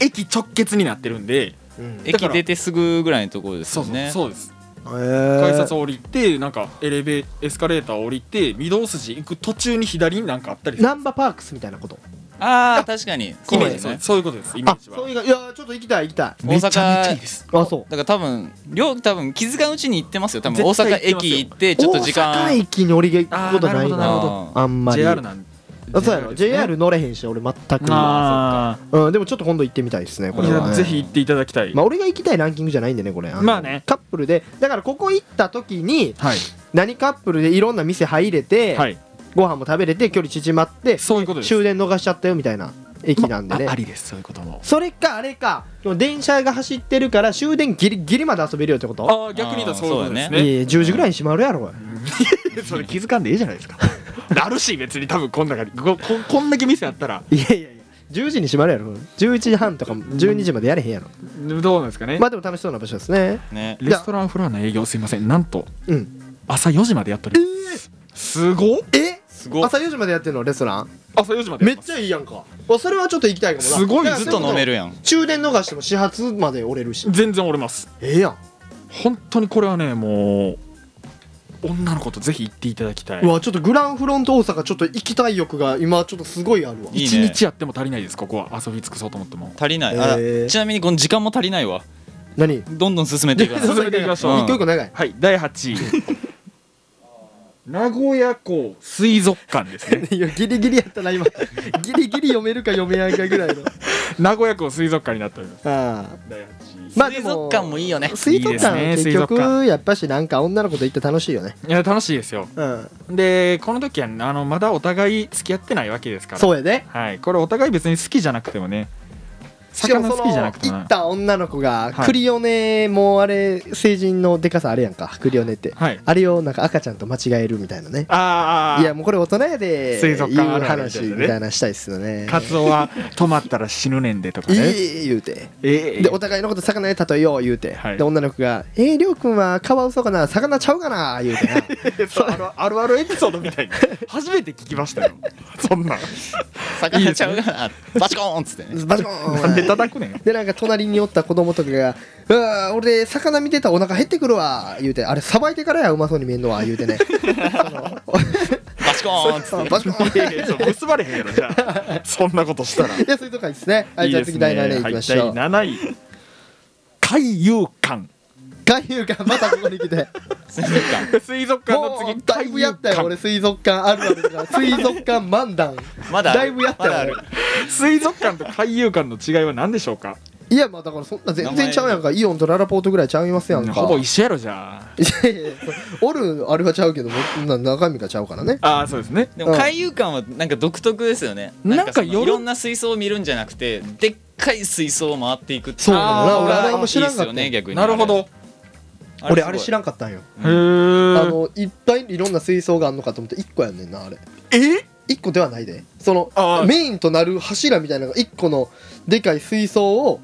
駅直結になってるんで
うん、
だか
駅
ら
出てすぐぐらいのところです
そ
よ
うそう,、
ね
そうです改
改
札降りてなんかエレベエスカレーター降りて御堂筋行く途中に左になんかあったりする
ナンバーパークスみたいなこと
ああ確かに
イ
イ
メ
メ
ー
ー
ジ
ジ
そう
ね
そういうことですイメ
あ
ージは
そういうかいやちょっと行きたい行きたい
大
めちゃめちゃいいで
阪
す
あそう
だから多分両多分気づかんうちに行ってますよ多分大阪
絶対行ってますよ
駅行ってちょっと時間
大阪駅に降り行くことない
あーなるほどなる
ほ
な
ど
あんまり
JR なん
あそうやろ JR 乗れへんし俺全く
あ
うんでもちょっと今度行ってみたいですねこ
あい
れは
や
ね
ぜひ行っていただきたい、
まあ俺が行きたいランキングじゃないんでねこれの
まあね
カップルでだからここ行った時に
はい
何カップルでいろんな店入れて
はい
ご飯も食べれて距離縮まって
そういうことです
終電逃しちゃったよみたいな駅なんでね
まあありですそういうことも
それかあれかでも電車が走ってるから終電ギリギリまで遊べるよってこと
ああ逆に言うとそういうことです
いや
ね
いや10時ぐらいに閉まるやろおい
それ気づかんでええじゃな いですかなるし別に多分こん中にこここんだけ店あったら
いやいやいや10時に閉まるやろ11時半とかも12時までやれへんやろ
どうなんですかね、
まあでも楽しそうな場所ですね
ね
レストランフロアの営業すいませんなんと
うん
朝4時までやっております、すごっ
え
すごい
朝4時までやってるのレストラン
朝4時まで
め
や
っ
っ
ちゃいいやんかあそれはちょっと行きたいかもな
すごい
だから
ずっと飲める
そういうこ
やん
終電逃しても始発まで折れるし
全然折れます
ええやん
本当にこれはねもう女の子とぜひ行っていただきたいう
わちょっとグランフロント大阪ちょっと行きたい欲が今ちょっとすごいあるわ
いい
一
ね
日やっても足りないですここは遊び尽くそうと思っても
足りないあら
えー
ちなみにこの時間も足りないわ
何
どんどん進めていかない
進めていきましょう
一個一個長い
はい第8位 名古屋港水族館です ね
いやギリギリやったな 今 ギリギリ読めるか読めないかぐらいの
名古屋港水族館になっております
ああ
第8位
まあで
水
も
族館もいいよね
水族館
いいですね
結
水族
局やっぱしなんか女の子と行って楽しいよね
いや楽しいですよ
うん
でこの時はあのまだお互い付き合ってないわけですから
そうやで
はいこれお互い別に好きじゃなくてもね魚好きじゃなくても
行
ね
った女の子が
はい
クリオネもうあれ成人のでかさあれやんかクリオネって
はい
あれをなんか赤ちゃんと間違えるみたいなね
あー
い
あい
や
や
もうこれ大人やで
水族館あるあるみたい
いう
な
話
ね
みたいなしたいっすよね
カツオは止まったら死ぬねんでとか
い
ね
い言うて
ええ
でお互いのこと魚に例えよう言うて、
はい
で女の子が「えー、りょうくんはカワウソかな魚ちゃうかな」言うてな
そうあるあるあるエピソードみたいに初めて聞きましたよ そんなん
魚ちゃうかなバチコーンっつってね
バチコーン
なんで叩くねん
でなんか隣におった子供とかが「うわー俺魚見てたらお腹減ってくるわ」言うて「あれさばいてからやうまそうに見えんのは」言う てね
バチコーンっつ
そ
っ
の
て
バチコーン
いやいやそう結ばれへんやろじゃあ そんなことしたら
いやそういうとこですねはいじゃあ次第7位いきましょう
はい、第7位海遊館
海遊館またここに来て
水族館
水族館の
も
次
うだいぶやったよ俺水族館あるある だから水族館漫談
まだある
だいぶやった
ま
よ、
だあ
俺
る
水族館と海遊館の違いは何でしょうか
いやまあだからそんな全然ちゃうやんかイオンとララポートぐらいちゃいますやんか
ほぼ一緒やろじゃ
いやいやおるあれはちゃうけど僕な中身がちゃうからね
ああーそうですね
でも海遊館はなんか独特ですよね
なんか
その
よろ
いろんな水槽を見るんじゃなくてでっかい水槽を回っていくって
そうなのな
あー
俺あれも知らんかった
いいっすよね逆に
なるほど
れ
俺あれ知
らん
らんかったんよ
へ
あ
ー
のいっぱいいろんな水槽があるのかと思って1個やんねんなあれ
え
1個ではないでその
あー
メインとなる柱みたいなのが1個のでかい水槽を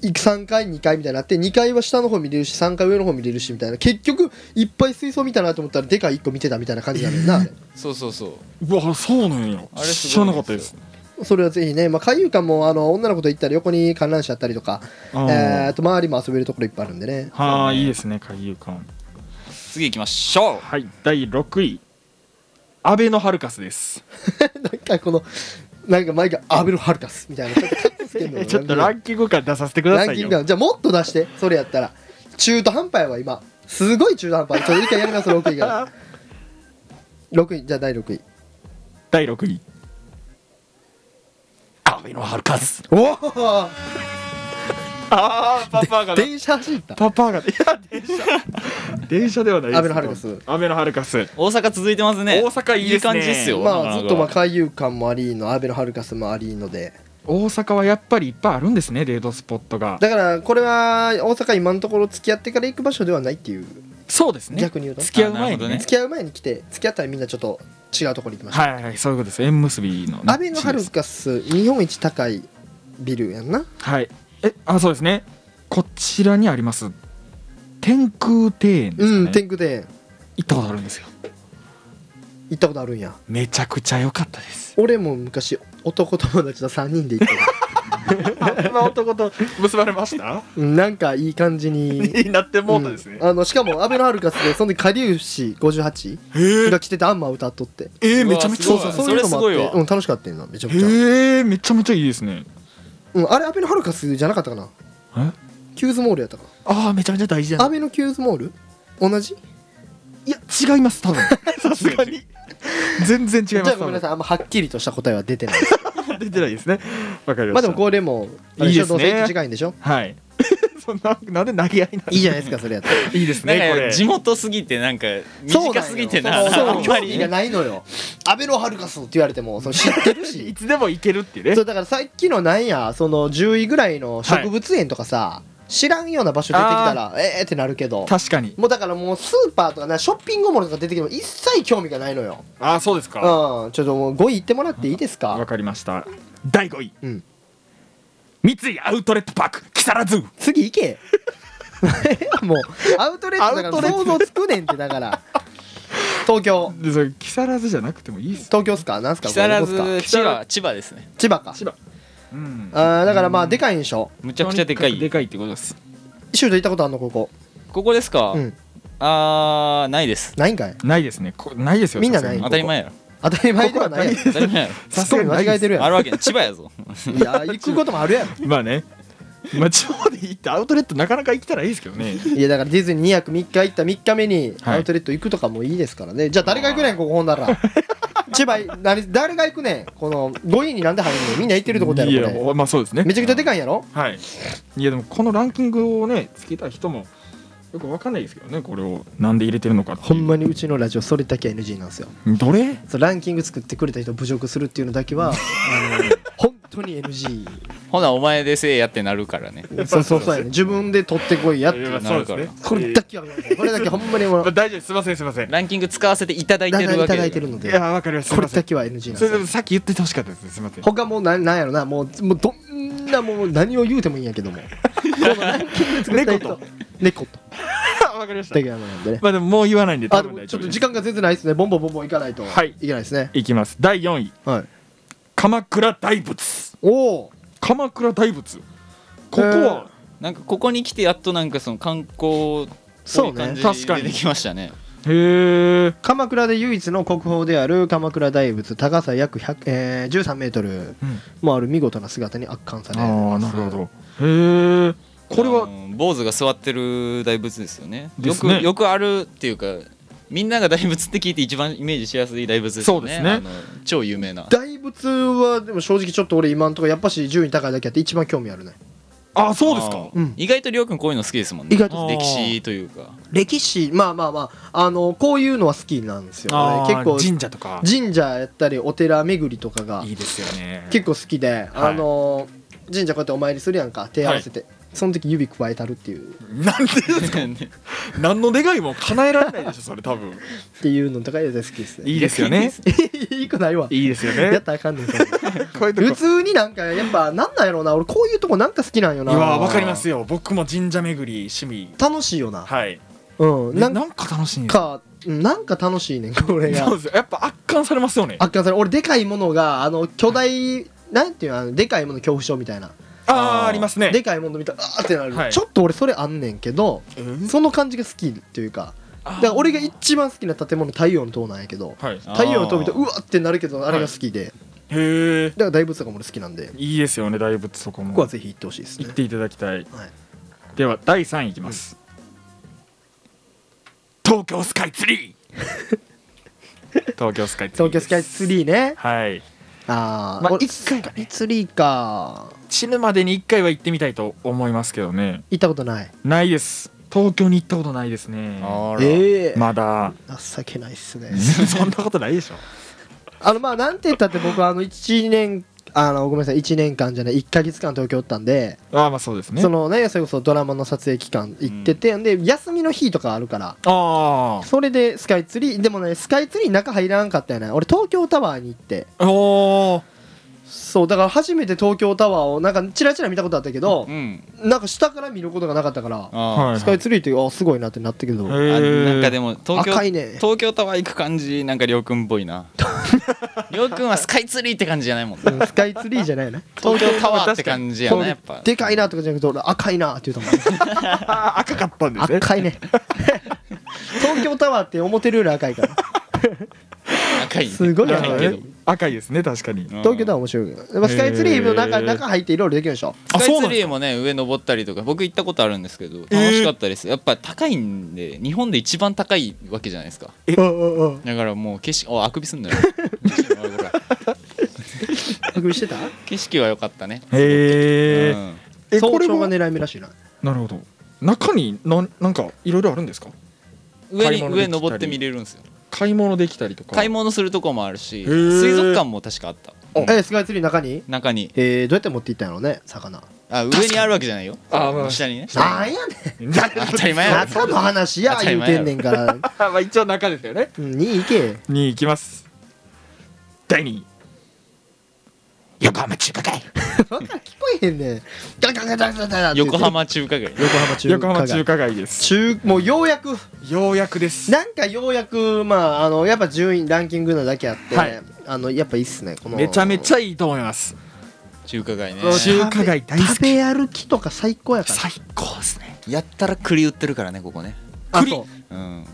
3階2階みたいになって2階は下の方見れるし3階上の方見れるしみたいな結局いっぱい水槽見たなと思ったらでかい1個見てたみたいな感じなんだよなあれ
そうそうそう
うわそうなんや
あれすごい
知らなかったです
それはぜひね、まあ、海遊館もあの女の子と行ったら横に観覧車あったりとか、
あー
えー、と周りも遊べるところいっぱいあるんでね
はあいいですね海遊館
次行きましょう
はい第6位安倍のハルカスです
なんかこのなんか前がアベル・ハルカスみたいなちょっとカッコつけんの
ちょっとランキング感出させてくだ
ラ
さ
ン
い
キン
よ
グがじゃあもっと出してそれやったら中途半端やわ今すごい中途半端ちょっと一回やります6位 から6位じゃあ第6位
第6位安倍のハルカス
おお
ああパパが
電車走った
パパがいや電車電車ではないです
安倍のハルカス
安倍のハルカス
大阪続いてますね
大阪いいですね
感じっすよ
まあずっとまあ
なかなか
海遊館もありのアベル・ハルカスもありので
大阪はやっぱりいっぱいあるんですねデートスポットが
だからこれは大阪今のところ付き合ってから行く場所ではないっていう
そうですね
逆に言うと
付き合う前
あ
に
なるほど
ね
ね
付き合う前に来て付き合ったらみんなちょっと違うところに行きました、
はいはいそういうことです縁結びのね
アベノハルカス日本一高いビルやんな
はいえあそうですねこちらにあります天空庭園で
う
すか
ん
ね
天狗で
行ったことあるんですよ
行ったことあるんや
めちゃくちゃ良かったです
俺も昔男友達と3人で行ったわ
今男と結ばれました
うんなんかいい感じに
になってもうたです
う
ね
ん、あのしかもアベノハルカスでその時かりゆし58が来ててあんま歌っとって
えー
うわ
めちゃめちゃ
すごい
そう
そ
そういう
れ
の
す
もあ
ごい
っ
わ
て、うん、楽しかったよなめちゃめちゃ、
えーめちゃめちゃいいですね
うん、あれアベノハルカスじゃなかったかな
え
キューズモールやったか
ああめちゃめちゃ大事
なアベノキューズモール同じ
いや違います多分さすがに全然違
じ
い
ゃ
ます
あごめんなさいあんまはっきりとした答えは出てない
多分出てないですねわかり
ま
ま
あ
し
で
た
もこれもあれ
いいですね
どうせ駅近いんでしょ
はいそんななんで投げ合いなん
いいじゃないですかそれやったら
いいです
なん
ねこ
か
れ
地元すぎてなんか短すぎてな
そうな
あ
んよそう
んま
興味が
り
ないのよ安倍のハルカスって言われてもその知ってる
い
し
つでも行けるっていうね
そうだからさっきのなんやその10位ぐらいの植物園とかさ、知らんような場所出てきたらえーってなるけど
確かに
もうだからもうスーパーとかなショッピングモールとか出てきても一切興味がないのよ
ああそうです
う
か
んちょっともう5位行ってもらっていいです
わ
か
かりました第5位、
うん
三井アウトレットパーク木更津
次行け もうアウトレットだから想像つくねんってだから東京
でそれ木更津じゃなくてもいいっす
東京っすかなんすか
木
これど
更
こっすか
津千葉千葉ですね
千葉か
千葉うん
あーだからまあでかいんでしょ
むちゃくちゃでか
とにで
い
かいってことです
シュート行ったことあんのここ
ここですか、
うん
あーないです
ないんかい
ないですねこないですよ
みんなない
さ
当
すがに
たり前やろ
当たり前ではないやろ
当たり前やろ
ツッコミ間違えてるや
ある
ろ
わけない千葉やぞ
いや行くこともあるやろ
まあねまあ地方で行ってアウトレットなかなか行きたらいいですけど ね
いやだからディズニー2泊3日行った3日目に
は い
アウトレット行くとかもいいですからね、じゃあ誰が行くねんここほんならチェバイ何誰が行くねんこの5位になんで入るのみんな行ってるってこと
い
や
や
ろこ
まあそうですね
れめちゃくちゃで
い
かいんやろ
はいいやでもこのランキングをねつけた人もよくわかんないですけどねこれをなんで入れてるのかっていう
ほんまにうちのラジオそれだけは NG なんですよ
どれ
そうランキング作ってくれた人を侮辱するっていうのだけ はあの本当に NG
ほなお前でせえやってなるからね
そうそうそうやね自分で取ってこいやっていう
なるから
これだけは これだけほんまにも
まあ
う
大丈夫ですすいませんすいません
ランキング使わせていただい
だ
てる
い
わけ
ただいてるの
い
で
やわかりましたす
こ
い
れ
ませ
だ
ん
けは NG なん
そ
で
れ
す
で
よ
もさっき言っててほしかったですすいません
他もうなんなんやろなもうもうどんなもう何を言うてもいいんやけ どもこのランキング作った人猫と
わかりま し
だけはなんでね
まあでももう言わないんで
あ
多
で
分
も
大
ち
丈
ょっ
夫
と
で
時
す
間が全然ないですねボンボンボンボンいかないと
はい
けないですね
いきます第4位
はい
鎌倉大仏
おお
鎌倉大仏ここは
なんかここに来てやっとなんかその観光っぽ
そう
い感
ね
じ
確か
で
に
出てきましたね
へえ
鎌倉で唯一の国宝である鎌倉大仏高さ約100、えー、13メートル
うん
もある見事な姿に圧巻され
ああなるほどへえこれ
あ
は
の坊主が座ってる大仏ですよね
で
よ
す
く
ね
よくあるっていうかみんなが大仏って聞いて一番イメージしやすい大仏ですね
そうですね
あの超有名な
大仏はでも正直ちょっと俺今んとこやっぱし順位高いだけあって一番興味あるね
あそうですか
あー
うん
意外とりょうくんこういうの好きですもんね
意外と
歴史というか
歴史まあまあまああのこういうのは好きなんですよ
あ
俺結
ー
構
神社とか
神社やったりお寺巡りとかが
いいですよね
結構好きで、あの神社こうやってお参りするやんか手合わせて、その時指加えたるっていう
なんでですか
ね
何の願いも叶えられないでしょそれ多分
っていうのとか大体好きですね
いいですよね
いいくないわ
いいですよ
やっ
ね
たらあかんねんそんなん
こういうとこ
普通になんかやっぱなんなんやろうな俺こういうとこなんか好きなんよない
やーわかりますよ僕も神社巡り趣味
楽しいよな、
はい
うん
な
なん
んか楽しいんですよ
かうんなんか楽しいねんこれ
そう
が
ですよやっぱ圧巻されますよね
あっかんさん俺でかいものがあの巨大なんていうのあのでかいもの恐怖症みたいな
あーありますね
でかいもの見たらあーってなる、
はい
ちょっと俺それあんねんけど
うん
その感じが好きというか
あー
だから俺が一番好きな建物太陽の塔なんやけど
はい
あー
太陽の塔見たらうわってなるけどあれが好きで、
へえ
だから大仏とかも俺好きなんで
いいですよね大仏そこも
ここはぜひ行ってほしいですね
行っていただきたい、
はい
では第3位いきます、東京スカイツリー東京スカイツリー
東
で
京
す
スカイツリーね
はい
あー、
まあ
俺
一回かね
ツリーか
死ぬまでに1回は行ってみたいと思いますけどね
行ったことない
ないです東京に行ったことないですね
あら
ええ
まだ
情けないっすね
そんなことないでしょ
あのまあなんて言ったって僕あの1年あのごめんなさい1年間じゃない1か月間東京おったんで、
ああまあそうですね
そのねそれこそドラマの撮影期間行ってて、で休みの日とかあるから
あ
それでスカイツリーでもねスカイツリー中入らんかったよね俺東京タワーに行って
あおー
そうだから初めて東京タワーをなんかチラチラ見たことあったけど
う、ん
なんか下から見ることがなかったから、
あ
はい
スカイツリーってあすごいなってなったけど、
ーあなんかで
も
も東京
赤いね
東京タワー行く感じなんかりょうくんっぽいなりょうくんはスカイツリーって感じじゃないもんね
うんスカイツリーじゃ ないな
東京タワーって感じやなやっぱ
でかいなとかじゃなくて俺赤いなって言うと思う
赤かったんですね
赤いね東京タワーって思ってるより赤いから
赤いね
すごい
赤
赤
い
い
け
け
ど
ど
赤いですね確かに
うん
東京タワー面白いけどまあスカイツリーの中
へー
中入っていろいろできるでしょ
スカ
あそう
イ
な
ツ
んですか
リーもね上登ったりとか僕行ったことあるんですけど楽
えー
しかったです、やっぱ高いんで日本で一番高いわけじゃないですか
え
うんうんうん
だからもう景色おあくびすん だよ
あくびしてた
景色は良かったね、
へえ
うん
え
早
これ
朝が
は
狙い目らしいな
なるほど中になんなんかいろいろあるんですか
上
買い
に
物できたり
上登って見れるんですよ
買い物できたりとか
買い物するとこもあるし
へー
水族館も確かあった
えスカイツリーの中に
中に
えーどうやって持っていったんやろうね魚
あ上にあるわけじゃないよ
あまあ
下にね
なんやねん
当たり前や
中の話や
当たり
言う
前
て
やろ
んねんから
まあ一応中ですよね
うんに行け
に行きます第2位横浜中華街
わからん聞こえへんねんガンガンガンガンガンガンガンって
ろ
言って
横華中華街
横浜中
横
華
浜
街
中華街です
中もうようやく
ようやくです
なんかようやくまああのやっぱ順位ランキングなだけあって、
はい
あのやっぱいいっすねこの
めちゃめち
ゃ
ゃいいと思います
中華街ね
うん
中華街大好き
食べ歩きとか最高やから
最高ですね
やったら栗売ってるからねここね
あ
栗
そう
うん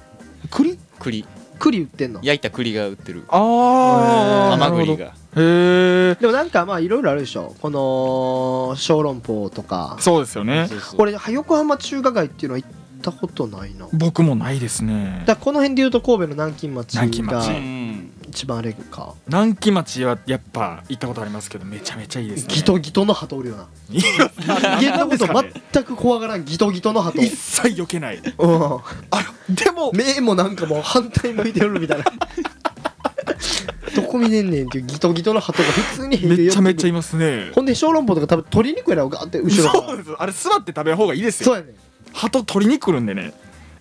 栗
栗
栗売ってんの
焼いた栗が売ってる
ああ
甘栗が
へえ
でもなんかまあいろいろあるでしょこの小籠包とか
そうですよね
そうそう
俺横浜中華街っていうのは行ったことないなだか
僕もないですね
らこの辺でいうと神戸の南京町
南京
が
町
うん
一番あれか
南紀町はやっぱ行ったことありますけどめちゃめちゃいいですね
ギトギトの鳩おるよ な家のこと全く怖がらんギトギトの鳩
一切避けない
うん
でも
目もなんかもう反対向いておるみ たいなどこ見ねんねんっていうギトギトの鳩が普通に平気で
め
寄っ
ち
て
ゃ
くる
めちゃいますね
ほんで小籠包とか多分鶏肉やろガーって後ろから
そうですあれ座って食べる方がいいです
そう
よ
やねん
鳩取りに来るんでね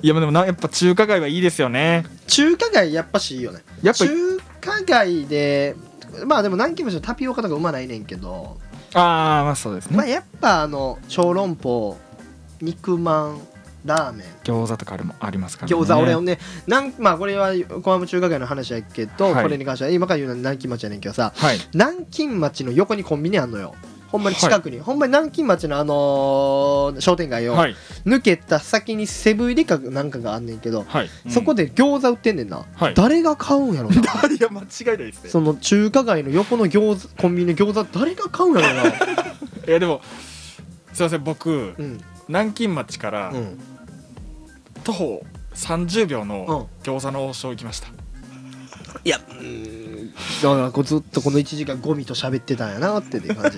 いやまあでもなやっぱ中華街はいいですよね
中華街やっぱしいいよね
やっぱ
中華街でまあでも南京町のタピオカとかうまないねんけど、
ああまあそうですね、
まあやっぱあの小籠包肉まんラーメン
餃子とかあるもありますからね
餃子俺をねなんまあこれは横浜中華街の話やけど、
はい
これに関しては今から言うのは南京町やねんけどさ、
はい
南京町の横にコンビニあんのよほんまに近くに、ほんまに南京町のあのー商店街を
はい
抜けた先にセブン入りかなんかがあんねんけど、
はい
そこで餃子売ってんねんな、
はい
誰が買うんやろな
いや間違いないですね
その中華街の横の餃子コンビニの餃子誰が買うんやろな
いやでもすいません僕
うん
南京町から
うん
徒歩30秒の
う
餃子の王将行きました
いやうーんだからこうずっとこの1時間ゴミと喋ってたんやなっていう感じ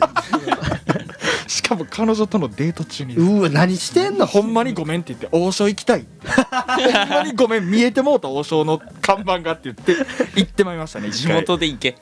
しかも彼女とのデート中にです
うわ何してんの
ほんまにごめんって言って王将行きたいってほんまにごめん見えてもうた王将の看板がって言って行ってまいりましたね一
地
回
元で行け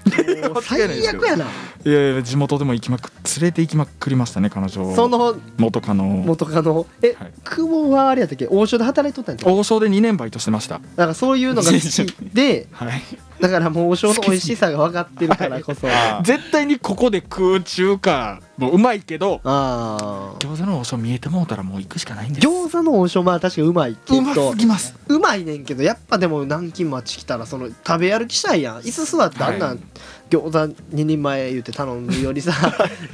もう最悪やない
やいや地元でも行きまく連れて行きまくりましたね彼女を
その
元カノを
元カノえ、
はい
久保はあれやったっけ王将で働いとったんやったっけ
王将で2年バイトしてました
だからそういうのが好きで
はい
だからもう王将の美味しさが分かってるからこそ、あ
絶対にここで食う中華もううまいけど
あー
餃子の王将見えてもうたらもう行くしかないんです
餃子の王将まあ確かにうまいけ
うます
ど
ぎます
うまいねんけどやっぱでも南京町来たらその食べ歩きしたいやん椅子座ってあんな
は
ん
い
餃子2人前言うて頼むより さ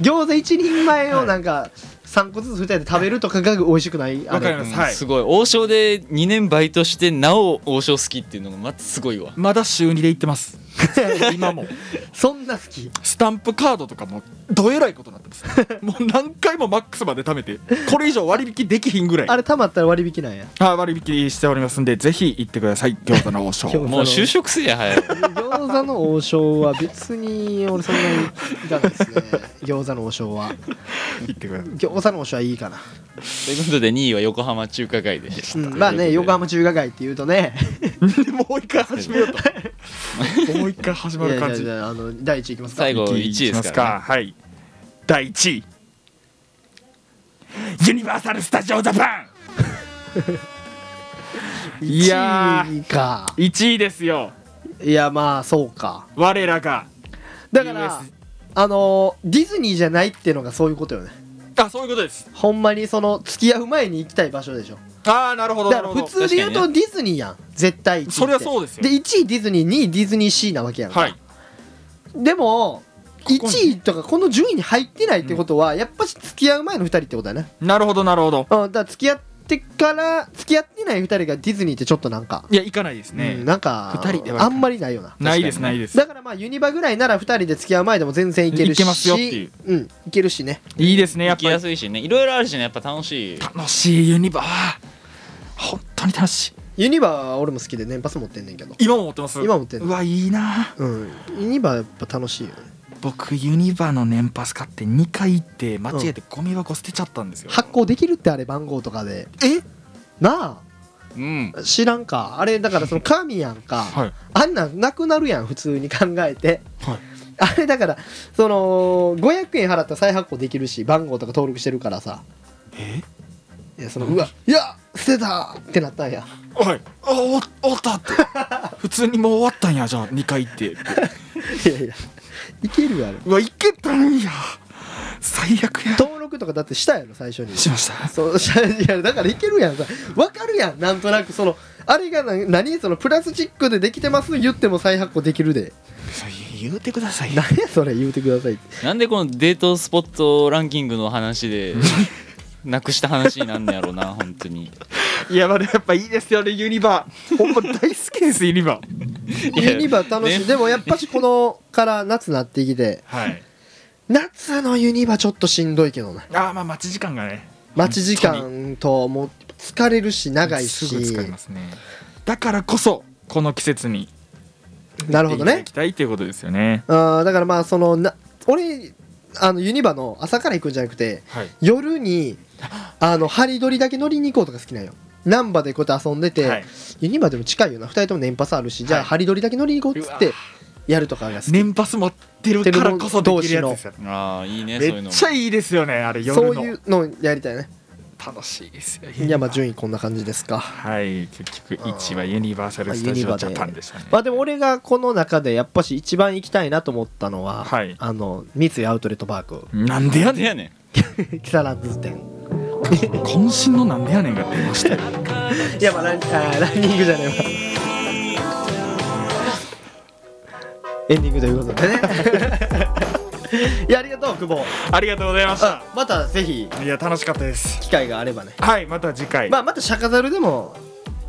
餃子1人前をなんか3個ずつ2人で食べるとかが美味しくないあ
わかり
れ
ますはい
すごい王将で2年バイトしてなお王将好きっていうのがまたすごいわ
まだ週2で行ってます 今も
そんな好き
スタンプカードとかもどえらいことになってますもう何回もマックスまで貯めてこれ以上割引できひんぐらい
あれたまったら割引なんや
あ割引しておりますんでぜひ行ってください餃子の王
餃子
将
もう就職せえや早い
餃子の王将は別に俺そんなにいかないですね餃子の王将は
行ってください
餃子の王将はいいかな、
ということで2位は横浜中華街でした、
うんまあね横浜中華街っていうとね
もう一回始めようと。もう一回始まる感じ。
いやいやいやあの第一位いきますか
最後
一
1位です
いきます
から、ね、
はい。第一位。ユニバーサルスタジオジャパン。いや
1位か
ー、一位ですよ。
いやまあそうか
我らが。
だから、
US
あのーディズニーじゃないっていうのがそういうことよね
あ、そういうことです。
ほんまにその付き合う前に行きたい場所でしょ
ああ、なるほど。
だか
なる
ら
ほ
普
ど。
通で言うと
確
ディズニーやん絶対1位って
そりゃそうですよ
で1位ディズニー2位ディズニーシーなわけやんか、
はい。
でも
こに
1位とかこの順位に入ってないってことは、やっぱし付き合う前の2人ってことだね
なるほど、なるほど。
うんだから付き合ってから付き合ってない2人がディズニーってちょっとなんか、
いや、行かないですね
うん。なんか
二人では
あんまりないよな
ないです、
確か
な
に
いです。
だからまあユニバぐらいなら2人で付き合う前でも全然いけるし
いけますよっていうん
いけるしね
いいですね、やっ
行き
ぱ
や
り。
すいしねいろいろあるしねやっぱ楽しい
楽しいユニバー。本当に楽しい。
ユニバは俺も好きで年パス持ってんねんけど
今も持ってます。
今持ってんの
うわ、いいなー。
うんユニバやっぱ楽しいよね
僕ユニバの年パス買って2回行って間違えてゴミ箱捨てちゃったんですよ、
発行できるってあれ番号とかで
え
な
うん
あ知らんかあれだからその神やんか、
はい
あんなんなくなるやん普通に考えて
はい
あれだからその500円払ったら再発行できるし番号とか登録してるからさ
え
いやそのうわいや捨てたってなったんや
おいあおおった って普通にもう終わったんやじゃあ2回行って
いやいやいけるやろ
うわ行けたんや最悪や
登録とかだってしたやろ最初に
しました
そうしゃいやだからいけるやんさわかるやんなんとなくそのあれがな何そのプラスチックでできてます言っても再発行できるで
そう言うてくださいよ
何やそれ言うてくださいって
なんでこのデートスポットランキングの話 でなくした話になんねやろうな本当に
いやまだやっぱいいですよねユニバ ほんま大好きですユニバ
ユニバ楽しい、
ね
でもやっぱしこのから夏なってきて
はい
夏のユニバちょっとしんどいけどな
あーまあ待ち時間がね
待ち時間ともう疲れるし長いし
すぐ疲れますねだからこそこの季節に
なるほどね
行きたいっていうことですよね
あーだからまあそのな俺あのユニバの朝から行くんじゃなくて
はい
夜にあのハリドリだけ乗りに行こうとか好きなんよ難波でこうやって遊んでて、
はい
ユニバでも近いよな2人とも年パスあるし、じゃあ
はい
ハリドリだけ乗りに行こうっつっ
う
てやるとかが好き、
年パス持ってるからこそできるやつですよね
ああいいねそうい
め
う
っ
の
ちゃいいですよねあれ夜
そ
の
ういうのやりたいね
楽しいですよ
いやまあ順位こんな感じですか
はい結局1はユニバーサル・スタジオ・ジャパンでしたね
まあでも俺がこの中でやっぱし一番行きたいなと思ったのは、
はい
あの三井アウトレットパー ク
なんで
な
や
んで
ねん
やねん
木更津店
渾身のなんでやねんが出ましたよ
いやまあランあーランニングじゃないわエンディングということでねいやありがとう久保
ありがとうございました
またぜひ
いや楽しかったです
機会があればね
はいまた次回
まあまたシャカザルでも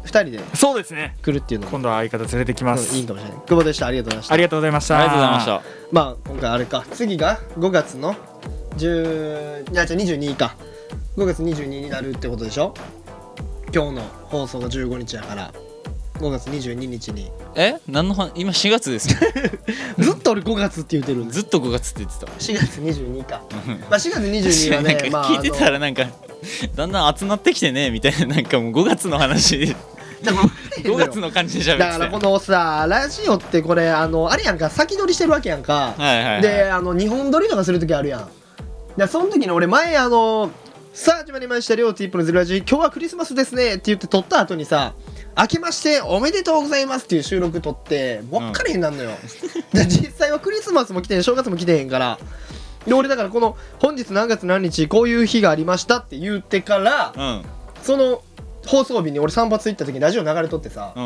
2人で
そうですね
来るっていうのも
今度は相方連れてきま
うんいい
す
かもしれない久保でしたありがとうございました
ありがとうございました
ありがとうございました
まあ今回あれか次が5月の10いやじゃあ22か5月22になるってことでしょ今日の放送が15日やから5月22日に
え何の話今4月ですよ
ずっと俺5月って言ってるんです
ずっと5月って言ってた
4月22かまあ4月22は
なんか
ねまああ
聞い
の
てたらなんかだんだん熱なってきてねみたいななんかもう5月の 話
でも
5月の感じで喋って
だ
た
からこ
よ
のさラジオってこれあのあれやんか先取りしてるわけやんか、
はいはいはい
であの日本撮りとかする時あるやんでその時に俺前あの「さあ始まりました両ティップのゼロラジ今日はクリスマスですね」って言って撮った後にさ「明けましておめでとうございます」っていう収録撮って分かれへんなんのよ、で実際はクリスマスも来てへん正月も来てへんからで俺だからこの「本日何月何日こういう日がありました」って言ってから
うん
その放送日に俺散髪行った時にラジオ流れとってさ、
うん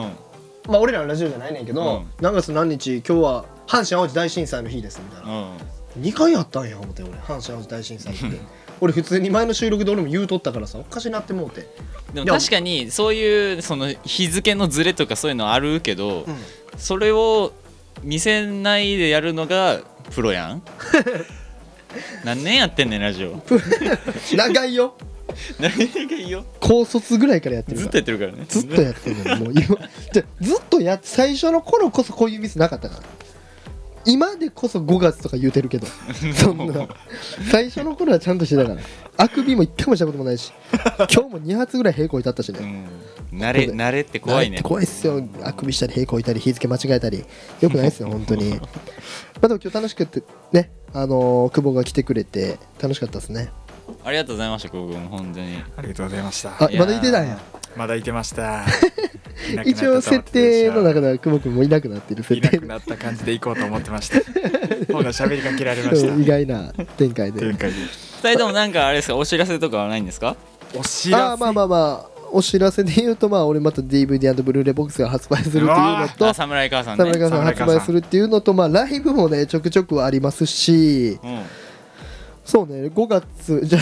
まあ俺らのラジオじゃないねんけど、
うん
何月何日今日は阪神・淡路大震災の日ですみたいな、
うん
2回あったんや思って俺阪神・淡路大震災って俺普通に前の収録で俺も言うとったからさおかしなってもうて、
で
い
も
や
確かにそういうその日付のズレとかそういうのあるけど、
うん
それを見せないでやるのがプロ やん何年やってんねんラジオ
長いよ
何年がいいよ
高卒ぐらいからやってる
ずっ
から
とやってるからね
ずっとやってるのよもう今じゃずっとやっ最初の頃こそこういうミスなかったから今でこそ5月とか言うてるけどそんな最初の頃はちゃんとしてたからあくびも一回もしたこともないし今日も2発ぐらい平行に立ったしね、
うん慣れ慣れって怖い
慣れ
ね
て怖いっすよあくびしたり平行いたり日付間違えたりよくないっ すよ本当にまあでも今日楽しくってねあのー久保が来てくれて楽しかったですね
ありがとうございました久保君本当に
ありがとうございました
あ
いやー
まだいてたんや
まだいてました いなくなった
一
と思
応
って
設
た
定の中では久保君もいなくなってる
い
設
な
定
くなった感じで行こうと思ってました ほら喋りかけられました
うん意外な展開
という
で
感じで
2人ともなんかあれですかお知らせとかはないんですか
お知
あ
ら
あ
せ
まあまあまあお知らせで言うとまあ俺また DVD& ブルーレイボックスが発売するっていうのと
あ侍母さんね
侍川さん発売するっていうのとまあライブもねちょくちょくありますし
うん
そうね5月じゃ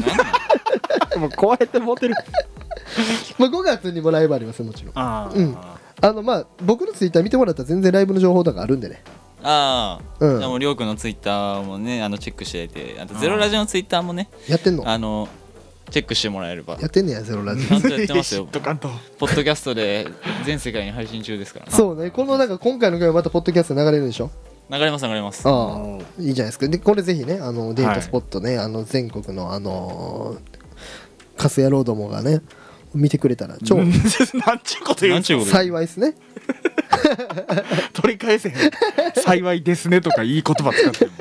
もう壊れてモテる
まあ5月にもライブありますもちろん
あ
うんあのまあ僕のツイッター見てもらったら全然ライブの情報とかあるんでね
ああ、
うん
じゃあもうりょうくんのツイッターもねあのチェックしていただいてあとゼロラジオのツイッターもね
やってんの
あのチェックしてもらえれば
やってんねやゼロラジ
ちゃんとやってます
ー
よ
ドカンと
ポッドキャストで全世界に配信中ですから
オそうねこのなんか今回の回はまたポッドキャストで流れるでしょ
流れます流れま
あ
す
あいいじゃないですかでこれぜひねあのデー
は
ト
い
スポットね、あの全国のあのー、カスヤロードもがね見てくれたら超
なんちゅうこと言う
なんんちゅうこと
幸いですね
取り返せへん幸いですねとかいい言葉使っても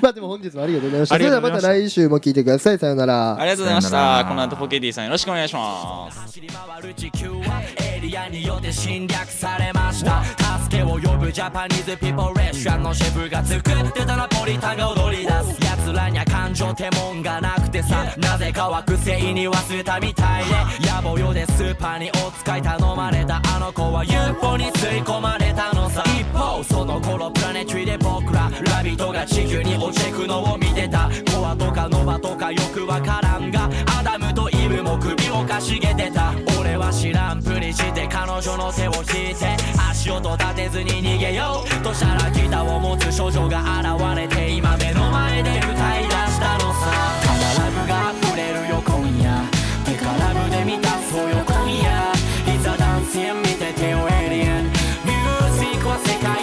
まあでも本日もありがとうございました
ありがとうございま
それではま
した
た来週も聞いてくださいさようなら
ありがとうございまし
さよな
た
ら
この後ポケディさんよろしくお願いします
走り回る地球はエイリアンによって侵略されました助けを呼ぶジャパニーズピポレッションのシェフが作ってたナポリタンが踊り出す奴らには感情ってもんがなくてさなぜか惑星に忘れたみたいで野暮よでスーパーにお使い頼まれたあの子は UFO に吸い込まれたのさ一方その頃プラネトリで僕らラビットが地球に落ちてくのを見てたコアとかノバとかよくわからんがアダムとイブも首をかしげてた俺は知らんぷりして彼女の手を引いて足音立てずに逃げようとしたらギターを持つ少女が現れて今目の前で歌い出したのさただラブが溢れるよ今夜デカラブで満たそうよ今夜いざダンスン見ててよエイリアンミュージックは世界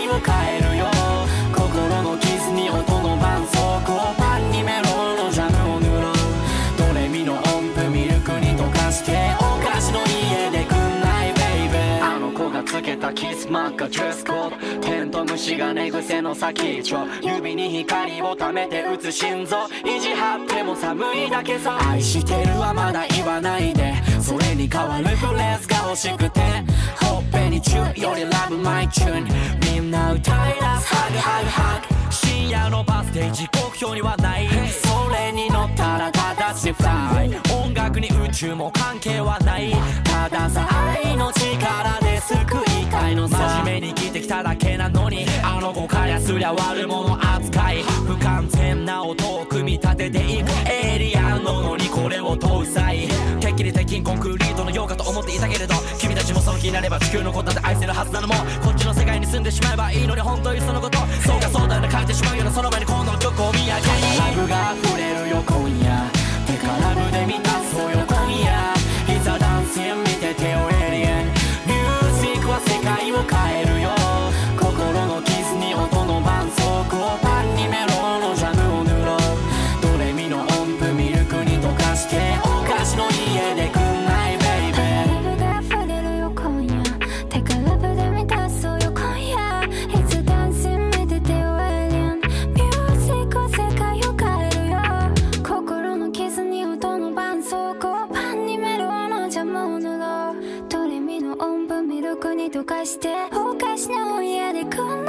スマーカードレスコードテント虫が寝癖の先っちょ指に光を溜めて打つ心臓意地張っても寒いだけさ愛してるはまだ言わないでそれに変わるフレーズが欲しくてほっぺにチューよりラブマイチューンみんな歌い出すハグハグハグ深夜のバス停時刻表にはないそれに乗ったらただしフライ音楽に宇宙も関係はないたださ愛の力で救いたいのさ真面目に生きてきただけなのにあの子からすりゃ悪者扱い不完全な音を組み立てていくエイリアンののにこれを搭載てっきり鉄筋コンクリートのようかと思っていたけれど君たちもその気になれば地球のことだって愛せるはずなのもこっちの世界に住んでしまえばいいのに本当にそのことそうかそうだよね書いてしまうようなその前にこの曲を見上げにラブが溢れるよ今夜手からラブで満たそうよ今夜いざダンスへ見て手をエイリエンミュージックは世界を変えるよ心のキスに音の伴奏をパンにメロンのジャムを塗ろうドレミの音符ミルクに溶かしてお菓子の家でくんないベイベー
ラブで溢れるよ今夜手からラブで満たそうよ今夜いつダンス見ててよエイリアンミュージックは世界を変えるよ心の傷に音の伴奏をパンにメロンのジャムを塗ろうドレミの音符ミルクに溶かしてお菓子の家でくんない